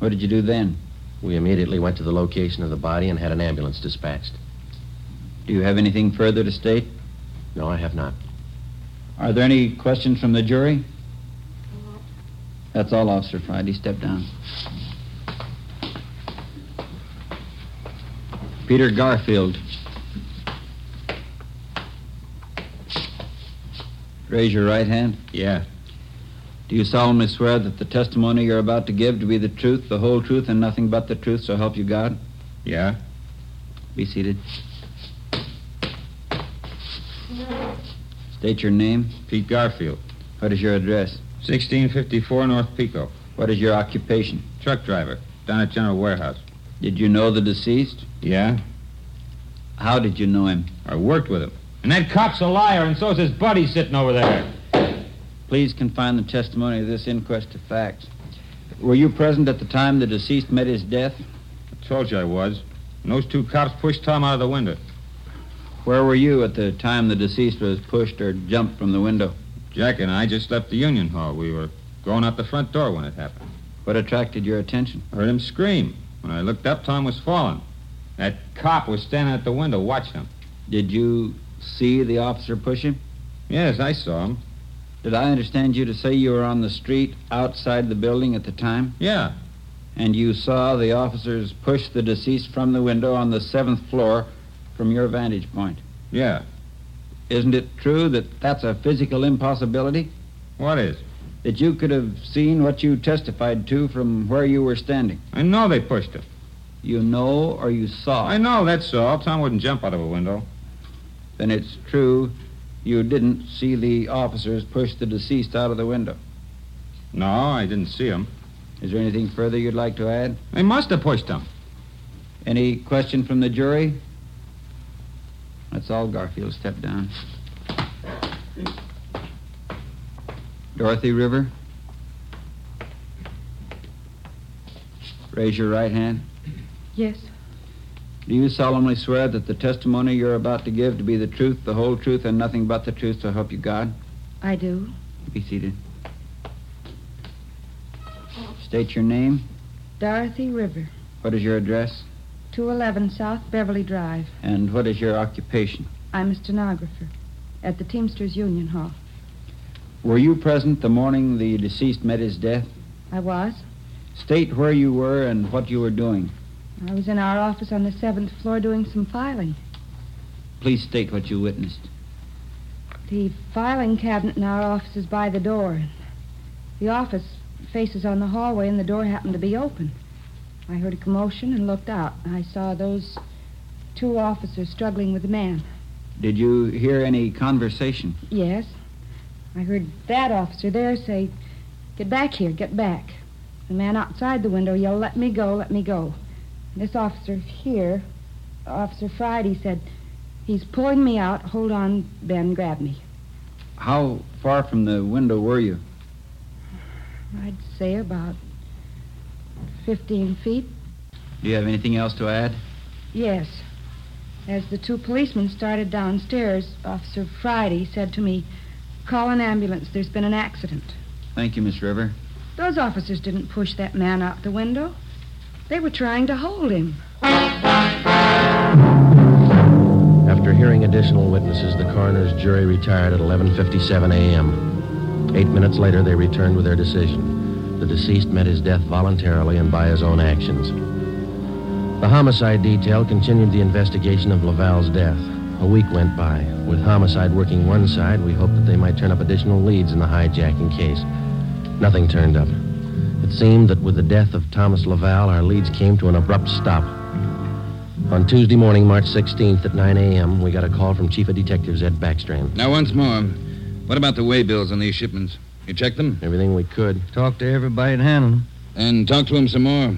S24: What did you do then?
S3: We immediately went to the location of the body and had an ambulance dispatched.
S24: Do you have anything further to state?
S3: No, I have not.
S24: Are there any questions from the jury? That's all, Officer Friday. Step down. Peter Garfield. Raise your right hand.
S16: Yeah.
S24: Do you solemnly swear that the testimony you're about to give to be the truth, the whole truth, and nothing but the truth, so help you God?
S16: Yeah.
S24: Be seated. State your name.
S16: Pete Garfield.
S24: What is your address?
S16: 1654 North Pico.
S24: What is your occupation?
S16: Truck driver. Down at General Warehouse.
S24: Did you know the deceased?
S16: Yeah.
S24: How did you know him?
S16: I worked with him.
S19: And that cop's a liar, and so's his buddy sitting over there.
S24: Please confine the testimony of this inquest to facts. Were you present at the time the deceased met his death?
S16: I told you I was. And those two cops pushed Tom out of the window.
S24: Where were you at the time the deceased was pushed or jumped from the window?
S16: Jack and I just left the Union Hall. We were going out the front door when it happened.
S24: What attracted your attention?
S16: I heard him scream. When I looked up, Tom was falling. That cop was standing at the window watching him.
S24: Did you see the officer push him?
S16: Yes, I saw him.
S24: Did I understand you to say you were on the street outside the building at the time?
S16: Yeah.
S24: And you saw the officers push the deceased from the window on the seventh floor from your vantage point?
S16: Yeah.
S24: Isn't it true that that's a physical impossibility?
S16: What is?
S24: That you could have seen what you testified to from where you were standing.
S16: I know they pushed him.
S24: You know or you saw?
S16: I know, that's all. Tom wouldn't jump out of a window.
S24: Then it's true you didn't see the officers push the deceased out of the window.
S16: No, I didn't see him.
S24: Is there anything further you'd like to add?
S16: They must have pushed him.
S24: Any question from the jury? That's all, Garfield. Step down. Dorothy River. Raise your right hand.
S25: Yes.
S24: Do you solemnly swear that the testimony you're about to give to be the truth, the whole truth, and nothing but the truth, so help you God?
S25: I do.
S24: Be seated. State your name.
S25: Dorothy River,
S24: What is your address?
S25: 211 South Beverly Drive.
S24: And what is your occupation?
S25: I'm a stenographer at the Teamsters Union Hall.
S24: Were you present the morning the deceased met his death?
S25: I was.
S24: State where you were and what you were doing.
S25: I was in our office on the seventh floor doing some filing.
S24: Please state what you witnessed.
S25: The filing cabinet in our office is by the door. The office faces on the hallway, and the door happened to be open. I heard a commotion and looked out. I saw those two officers struggling with a man.
S24: Did you hear any conversation?
S25: Yes. I heard that officer there say, Get back here, get back. The man outside the window yelled, Let me go, let me go. This officer here, Officer Friday, said, He's pulling me out. Hold on, Ben, grab me.
S24: How far from the window were you?
S25: I'd say about 15 feet.
S24: Do you have anything else to add?
S25: Yes. As the two policemen started downstairs, Officer Friday said to me, Call an ambulance. There's been an accident.
S24: Thank you, Miss River.
S25: Those officers didn't push that man out the window. They were trying to hold him.
S3: After hearing additional witnesses, the coroner's jury retired at 11:57 a.m. Eight minutes later, they returned with their decision. The deceased met his death voluntarily and by his own actions. The homicide detail continued the investigation of Laval's death. A week went by. With homicide working one side, we hoped that they might turn up additional leads in the hijacking case. Nothing turned up. It seemed that with the death of Thomas Laval, our leads came to an abrupt stop. On Tuesday morning, March 16th at 9 a.m., we got a call from Chief of Detectives Ed Backstrand.
S4: Now, once more, what about the way bills on these shipments? You checked them?
S3: Everything we could.
S5: Talk to everybody and handle them.
S4: And talk to him some more.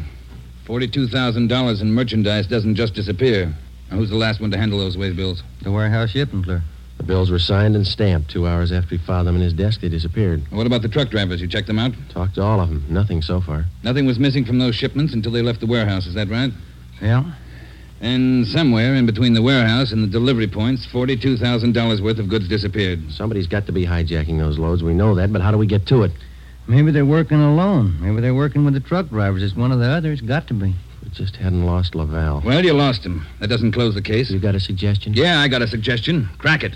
S4: $42,000 in merchandise doesn't just disappear. Now, who's the last one to handle those way bills?
S5: The warehouse shipping clerk.
S3: The bills were signed and stamped. Two hours after he filed them in his desk, they disappeared.
S4: What about the truck drivers? You checked them out?
S3: Talked to all of them. Nothing so far.
S4: Nothing was missing from those shipments until they left the warehouse, is that right?
S5: Yeah.
S4: And somewhere in between the warehouse and the delivery points, $42,000 worth of goods disappeared.
S3: Somebody's got to be hijacking those loads. We know that, but how do we get to it?
S5: Maybe they're working alone. Maybe they're working with the truck drivers. It's one or the other. It's got to be.
S3: We just hadn't lost Laval.
S4: Well, you lost him. That doesn't close the case. You
S3: got a suggestion?
S4: Yeah, I got a suggestion. Crack it.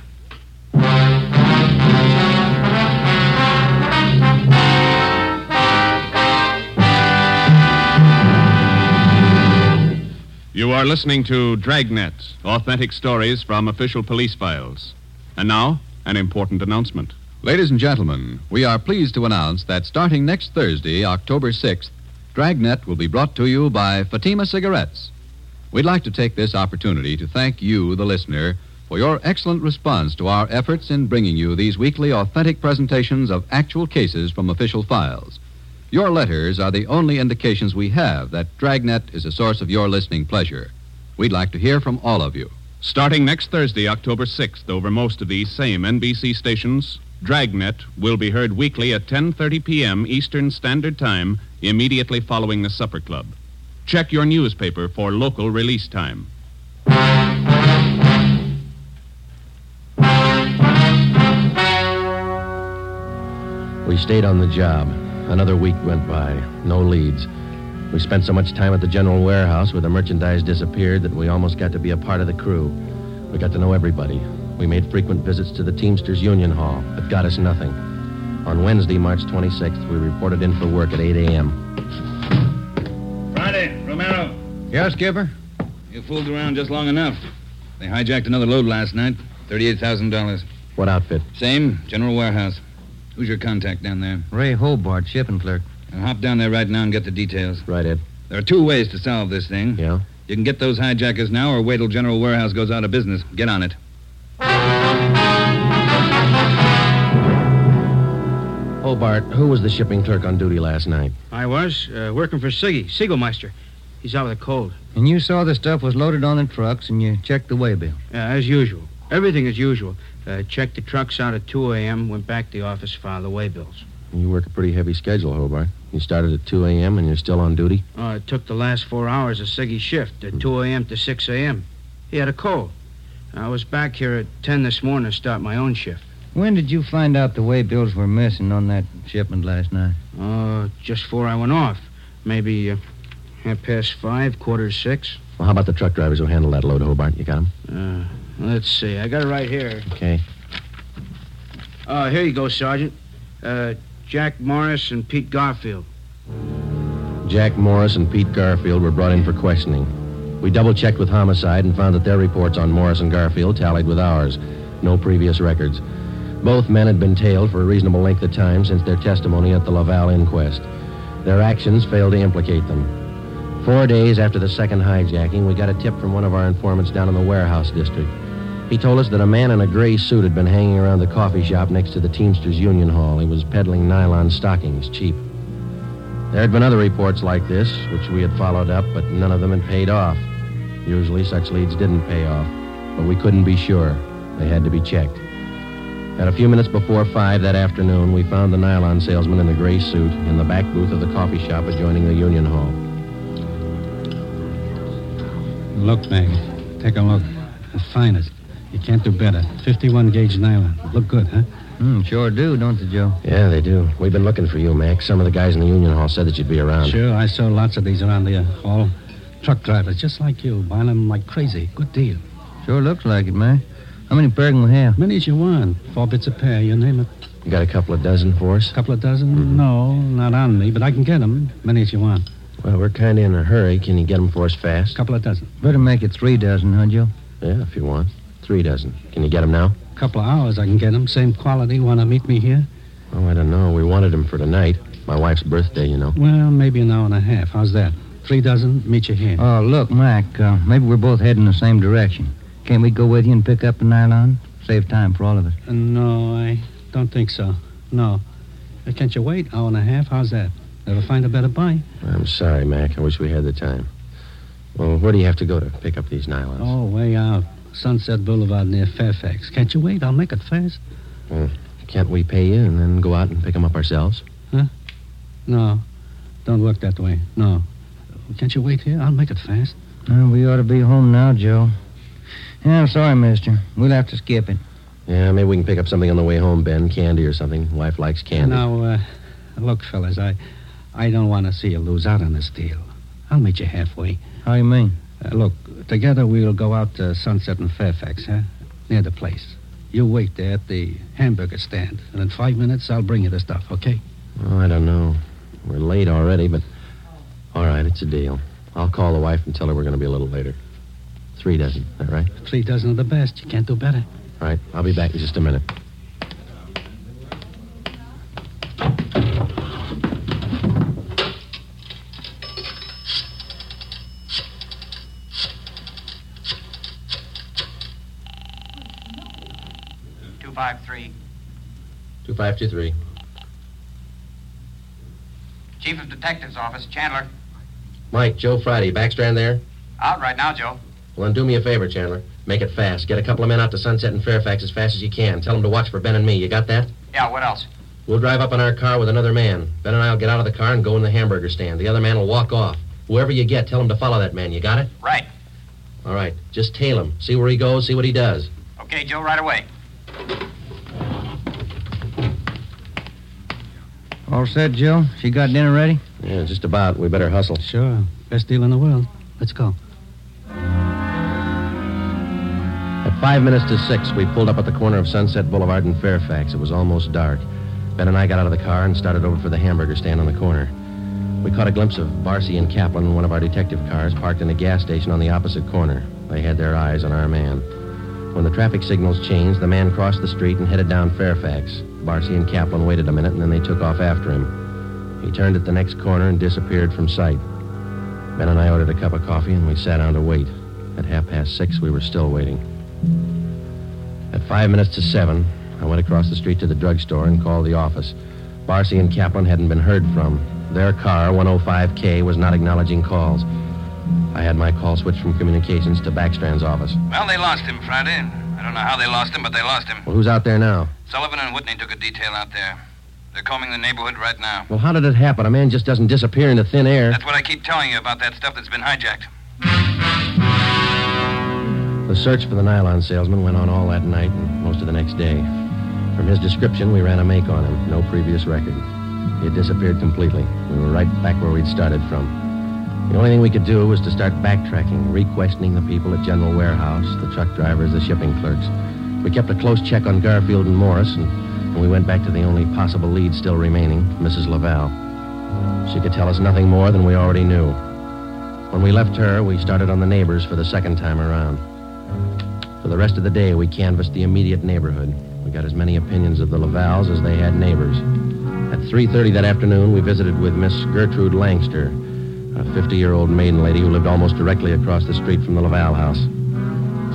S2: You are listening to Dragnet, authentic stories from official police files. And now, an important announcement.
S21: Ladies and gentlemen, we are pleased to announce that starting next Thursday, October 6th, Dragnet will be brought to you by Fatima Cigarettes. We'd like to take this opportunity to thank you, the listener, for your excellent response to our efforts in bringing you these weekly authentic presentations of actual cases from official files. Your letters are the only indications we have that Dragnet is a source of your listening pleasure. We'd like to hear from all of you.
S2: Starting next Thursday, October 6th, over most of these same NBC stations, Dragnet will be heard weekly at 10:30 p.m. Eastern Standard Time immediately following the supper club. Check your newspaper for local release time.
S3: We stayed on the job. Another week went by. No leads. We spent so much time at the general warehouse where the merchandise disappeared that we almost got to be a part of the crew. We got to know everybody. We made frequent visits to the Teamsters Union Hall, but got us nothing. On Wednesday, March 26th, we reported in for work at 8 a.m.
S4: Friday, Romero.
S5: Yeah, Skipper?
S4: You fooled around just long enough. They hijacked another load last night $38,000.
S3: What outfit?
S4: Same, General Warehouse. Who's your contact down there?
S5: Ray Hobart, shipping clerk.
S4: Now hop down there right now and get the details.
S3: Right, Ed.
S4: There are two ways to solve this thing.
S3: Yeah?
S4: You can get those hijackers now or wait till General Warehouse goes out of business. Get on it.
S3: Hobart, who was the shipping clerk on duty last night?
S10: I was uh, working for Siggy, Siegelmeister. He's out with a cold.
S5: And you saw the stuff was loaded on the trucks and you checked the way bill.
S10: Uh, as usual. Everything as usual. Uh, checked the trucks out at 2 a.m., went back to the office, filed the way bills.
S3: You work a pretty heavy schedule, Hobart. You started at 2 a.m. and you're still on duty?
S10: Uh, it took the last four hours of Siggy's shift, at 2 a.m. to 6 a.m. He had a cold. I was back here at 10 this morning to start my own shift.
S5: When did you find out the way bills were missing on that shipment last night?
S10: Uh, just before I went off. Maybe uh, half past five, quarter to six.
S3: Well, how about the truck drivers who handled that load, Hobart? You got them?
S10: Uh, let's see. I got it right here.
S3: Okay.
S10: Uh, here you go, Sergeant. Uh, Jack Morris and Pete Garfield.
S3: Jack Morris and Pete Garfield were brought in for questioning. We double checked with homicide and found that their reports on Morris and Garfield tallied with ours. No previous records. Both men had been tailed for a reasonable length of time since their testimony at the Laval inquest. Their actions failed to implicate them. Four days after the second hijacking, we got a tip from one of our informants down in the warehouse district. He told us that a man in a gray suit had been hanging around the coffee shop next to the Teamsters Union Hall. He was peddling nylon stockings cheap. There had been other reports like this, which we had followed up, but none of them had paid off. Usually such leads didn't pay off, but we couldn't be sure. They had to be checked. At a few minutes before five that afternoon, we found the nylon salesman in the gray suit in the back booth of the coffee shop adjoining the Union Hall.
S8: Look, Meg. Take a look. The finest. You can't do better. 51 gauge nylon. Look good, huh?
S5: Mm, sure do, don't they, Joe?
S3: Yeah, they do. We've been looking for you, Mac. Some of the guys in the Union Hall said that you'd be
S5: Um,
S3: around.
S8: Sure, I saw lots of these around the uh, hall. Truck drivers, just like you, buying them like crazy. Good deal.
S5: Sure looks like it, man. How many pair can we have?
S8: Many as you want. Four bits a pair, you name it.
S3: You got a couple of dozen for us? Mm-hmm.
S8: Couple of dozen? No, not on me, but I can get them. Many as you want.
S3: Well, we're kind of in a hurry. Can you get them for us fast?
S8: Couple of dozen.
S5: Better make it three dozen, huh, Joe?
S3: Yeah, if you want. Three dozen. Can you get them now?
S8: Couple of hours I can get them. Same quality. Want to meet me here?
S3: Oh, I don't know. We wanted them for tonight. My wife's birthday, you know.
S8: Well, maybe an hour and a half. How's that? Three dozen. Meet you here.
S5: Oh, look, Mac, uh, maybe we're both heading the same direction. Can't we go with you and pick up the nylon? Save time for all of us.
S8: Uh, no, I don't think so. No. Uh, can't you wait hour and a half? How's that? Never find a better buy.
S3: I'm sorry, Mac. I wish we had the time. Well, where do you have to go to pick up these nylons?
S8: Oh, way out. Sunset Boulevard near Fairfax. Can't you wait? I'll make it fast.
S3: Uh, can't we pay you and then go out and pick them up ourselves?
S8: No, don't work that way. No. Can't you wait here? I'll make it fast.
S5: Well, we ought to be home now, Joe. Yeah, I'm sorry, mister. We'll have to skip it.
S3: Yeah, maybe we can pick up something on the way home, Ben. Candy or something. Wife likes candy.
S8: Now, uh, look, fellas, I, I don't want to see you lose out on this deal. I'll meet you halfway.
S5: How you mean?
S8: Uh, look, together we'll go out to Sunset and Fairfax, huh? Near the place. You wait there at the hamburger stand, and in five minutes I'll bring you the stuff, okay?
S3: Oh, I don't know. We're late already, but all right, it's a deal. I'll call the wife and tell her we're going to be a little later. Three dozen, is that right?
S8: Three dozen of the best. You can't do better.
S3: All right, I'll be back in just a minute.
S4: Two five three.
S3: Two five two three.
S4: Chief of Detectives Office, Chandler.
S3: Mike, Joe Friday, Backstrand there?
S4: Out right now, Joe.
S3: Well, then do me a favor, Chandler. Make it fast. Get a couple of men out to Sunset and Fairfax as fast as you can. Tell them to watch for Ben and me. You got that?
S4: Yeah, what else?
S3: We'll drive up in our car with another man. Ben and I'll get out of the car and go in the hamburger stand. The other man will walk off. Whoever you get, tell him to follow that man. You got it?
S4: Right.
S3: All right. Just tail him. See where he goes. See what he does.
S4: Okay, Joe, right away.
S5: All set, Joe? She got dinner ready?
S3: Yeah, just about. We better hustle.
S8: Sure. Best deal in the world. Let's go.
S3: At five minutes to six, we pulled up at the corner of Sunset Boulevard and Fairfax. It was almost dark. Ben and I got out of the car and started over for the hamburger stand on the corner. We caught a glimpse of Barcy and Kaplan in one of our detective cars parked in a gas station on the opposite corner. They had their eyes on our man. When the traffic signals changed, the man crossed the street and headed down Fairfax. Barcy and Kaplan waited a minute and then they took off after him. He turned at the next corner and disappeared from sight. Ben and I ordered a cup of coffee and we sat down to wait. At half past six, we were still waiting. At five minutes to seven, I went across the street to the drugstore and called the office. Barcy and Kaplan hadn't been heard from. Their car, 105K, was not acknowledging calls. I had my call switched from communications to Backstrand's office.
S4: Well, they lost him Friday. I don't know how they lost him, but they lost him.
S3: Well, who's out there now?
S4: Sullivan and Whitney took a detail out there. They're combing the neighborhood right now.
S3: Well, how did it happen? A man just doesn't disappear into thin air.
S4: That's what I keep telling you about that stuff that's been hijacked.
S3: The search for the nylon salesman went on all that night and most of the next day. From his description, we ran a make on him. No previous record. He had disappeared completely. We were right back where we'd started from. The only thing we could do was to start backtracking, re-questioning the people at General Warehouse, the truck drivers, the shipping clerks. We kept a close check on Garfield and Morris, and, and we went back to the only possible lead still remaining, Mrs. Laval. She could tell us nothing more than we already knew. When we left her, we started on the neighbors for the second time around. For the rest of the day, we canvassed the immediate neighborhood. We got as many opinions of the Lavals as they had neighbors. At 3.30 that afternoon, we visited with Miss Gertrude Langster, a 50-year-old maiden lady who lived almost directly across the street from the Laval house.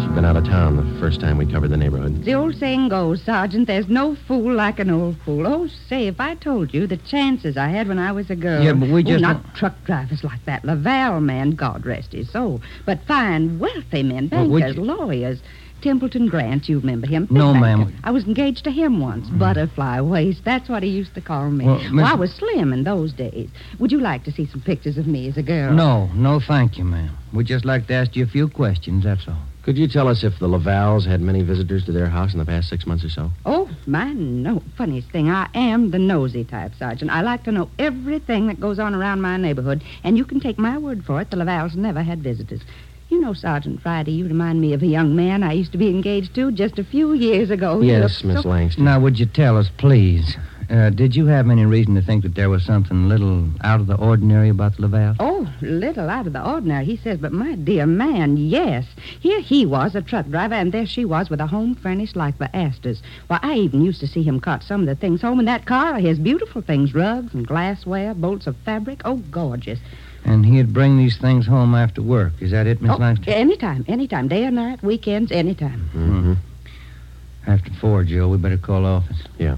S3: She'd been out of town the first time we covered the neighborhood.
S25: The old saying goes, Sergeant, there's no fool like an old fool. Oh, say, if I told you the chances I had when I was a girl.
S5: Yeah, but we
S25: Oh,
S5: just
S25: not truck drivers like that Laval man, God rest his soul. But fine, wealthy men,
S5: Well, would
S25: bankers, lawyers. Templeton Grant, you remember him?
S5: No,
S25: Pickford.
S5: ma'am. Mm.
S25: I was engaged to him once. Butterfly waist. That's what he used to call me.
S5: Well, Miss-
S25: I was slim in those days. Would you like to see some pictures of me as a girl?
S5: No, no, thank you, ma'am. We'd just like to ask you a few questions, that's all.
S3: Could you tell us if the Lavals had many visitors to their house in the past six months or so?
S25: Oh, my, no. Funniest thing, I am the nosy type, Sergeant. I like to know everything that goes on around my neighborhood, and you can take my word for it, the Lavals never had visitors. You know, Sergeant Friday, you remind me of a young man I used to be engaged to just a few years ago. He looked so-
S3: Langston.
S5: Now, would you tell us, please, uh, did you have any reason to think that there was something a little out of the ordinary about the Laval?
S25: Oh, little out of the ordinary, he says, but my dear man, yes. Here he was, a truck driver, and there she was with a home furnished like the Astors. Why, I even used to see him cart some of the things home in that car of his beautiful things rugs and glassware, bolts of fabric. Oh, gorgeous.
S5: And he'd bring these things home after work. Is that it, Miss
S25: oh,
S5: Langston?
S25: Anytime, anytime, day or night, weekends, anytime.
S5: Mm-hmm. After four, Joe, we better call office.
S3: Yeah.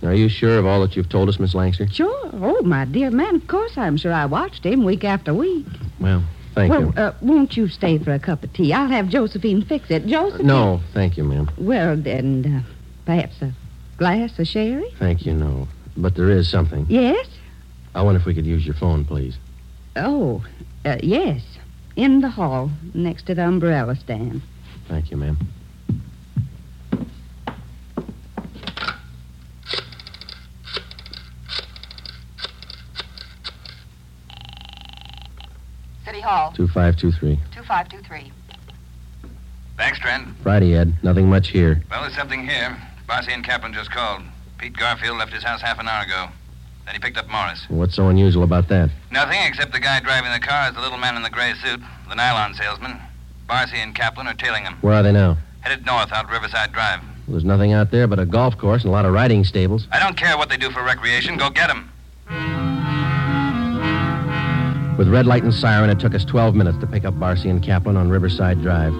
S3: Now, are you sure of all that you've told us, Miss Langster?
S25: oh, Sure. Oh, my dear man, of course I'm sure I watched him week after week.
S3: Well, Thank
S25: well,
S3: you.
S25: uh, won't you stay for a cup of tea? I'll have Josephine fix it. Josephine?
S3: No, thank you, ma'am.
S25: Well, then, uh, perhaps a glass of sherry?
S3: Thank you, no. But there is something.
S25: Yes?
S3: I wonder if we could use your phone, please.
S25: Oh, uh, yes. In the hall, next to the umbrella stand.
S3: Thank you, ma'am.
S26: City Hall,
S3: 2523.
S26: 2523.
S4: Backstrand.
S3: Friday, Ed. Nothing much here.
S4: Well, there's something here. Barcy and Kaplan just called. Pete Garfield left his house half an hour ago. Then he picked up Morris.
S3: What's so unusual about that?
S4: Nothing except the guy driving the car is the little man in the gray suit, the nylon salesman. Barcy and Kaplan are tailing him,
S3: Where are they now?
S4: headed north out Riverside Drive.
S3: There's nothing out there but a golf course and a lot of riding stables.
S4: I don't care what they do for recreation. Go get him.
S3: With red light and siren, it took us 12 minutes to pick up Barcy and Kaplan on Riverside Drive.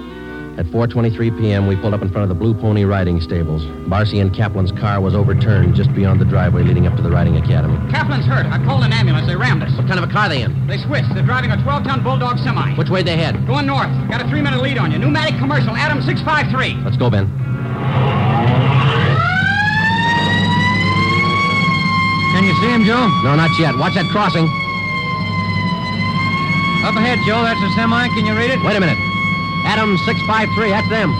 S3: At 4:23 p.m., we pulled up in front of the Blue Pony Riding Stables. Barcy and Kaplan's car was overturned just beyond the driveway leading up to the riding academy.
S6: Kaplan's hurt. I called an ambulance. They rammed us.
S3: What kind of a car they in?
S6: They switched. They're driving a 12-ton Bulldog semi.
S3: Which way they head?
S6: Going north. Got a three-minute lead on you. Pneumatic commercial, Adam 653.
S3: Let's go, Ben.
S20: Can you see him, Joe?
S3: No, not yet. Watch that crossing.
S20: Up ahead, Joe. That's a semi. Can you read it?
S3: Wait a minute. Adam 653, that's them.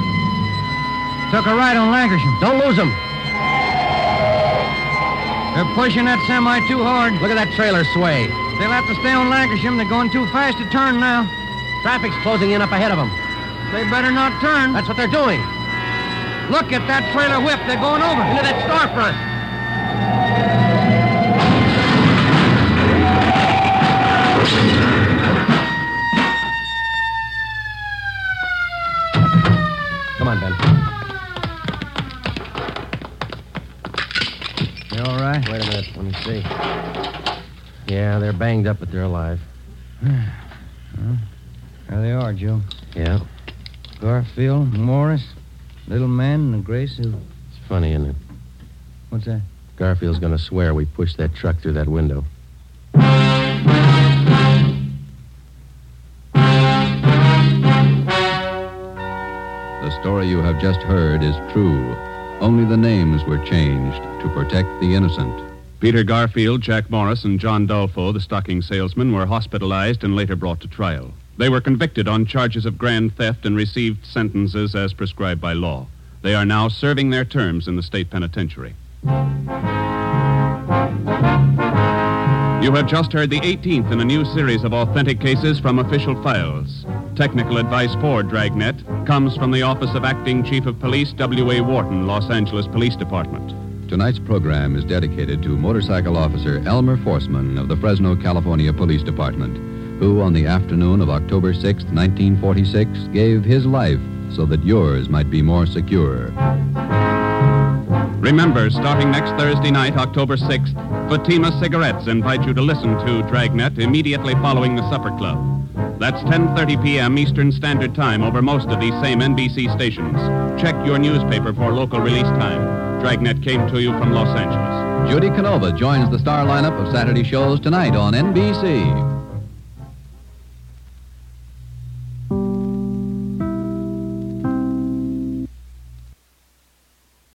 S20: Took a right on Lancashire.
S3: Don't lose them.
S20: They're pushing that semi too hard.
S3: Look at that trailer sway.
S20: They'll have to stay on Lancashire. They're going too fast to turn now.
S3: Traffic's closing in up ahead of them.
S20: They better not turn.
S3: That's what they're doing.
S20: Look at that trailer whip. They're going over.
S3: Into that storefront. Come on, Ben.
S20: You all right?
S3: Wait a minute. Let me see. Yeah, they're banged up, but they're alive.
S5: There they are, Joe.
S3: Yeah.
S5: Garfield, Morris, little man in the gray suit.
S3: It's funny, isn't it?
S5: What's that?
S3: Garfield's going to swear we pushed that truck through that window.
S21: The story you have just heard is true. Only the names were changed to protect the innocent.
S2: Peter Garfield, Jack Morris, and John Dolfo, the stocking salesman, were hospitalized and later brought to trial. They were convicted on charges of grand theft and received sentences as prescribed by law. They are now serving their terms in the state penitentiary. You have just heard the 18th in a new series of authentic cases from official files. Technical advice for Dragnet comes from the Office of Acting Chief of Police W.A. Wharton, Los Angeles Police Department.
S21: Tonight's program is dedicated to motorcycle officer Elmer Forsman of the Fresno, California Police Department, who on the afternoon of October 6, 1946, gave his life so that yours might be more secure.
S2: Remember, starting next Thursday night, October 6th, Fatima Cigarettes invite you to listen to Dragnet immediately following the supper club. That's 10:30 p.m. Eastern Standard Time over most of these same NBC stations. Check your newspaper for local release time. Dragnet came to you from Los Angeles.
S21: Judy Canova joins the star lineup of Saturday shows tonight on NBC.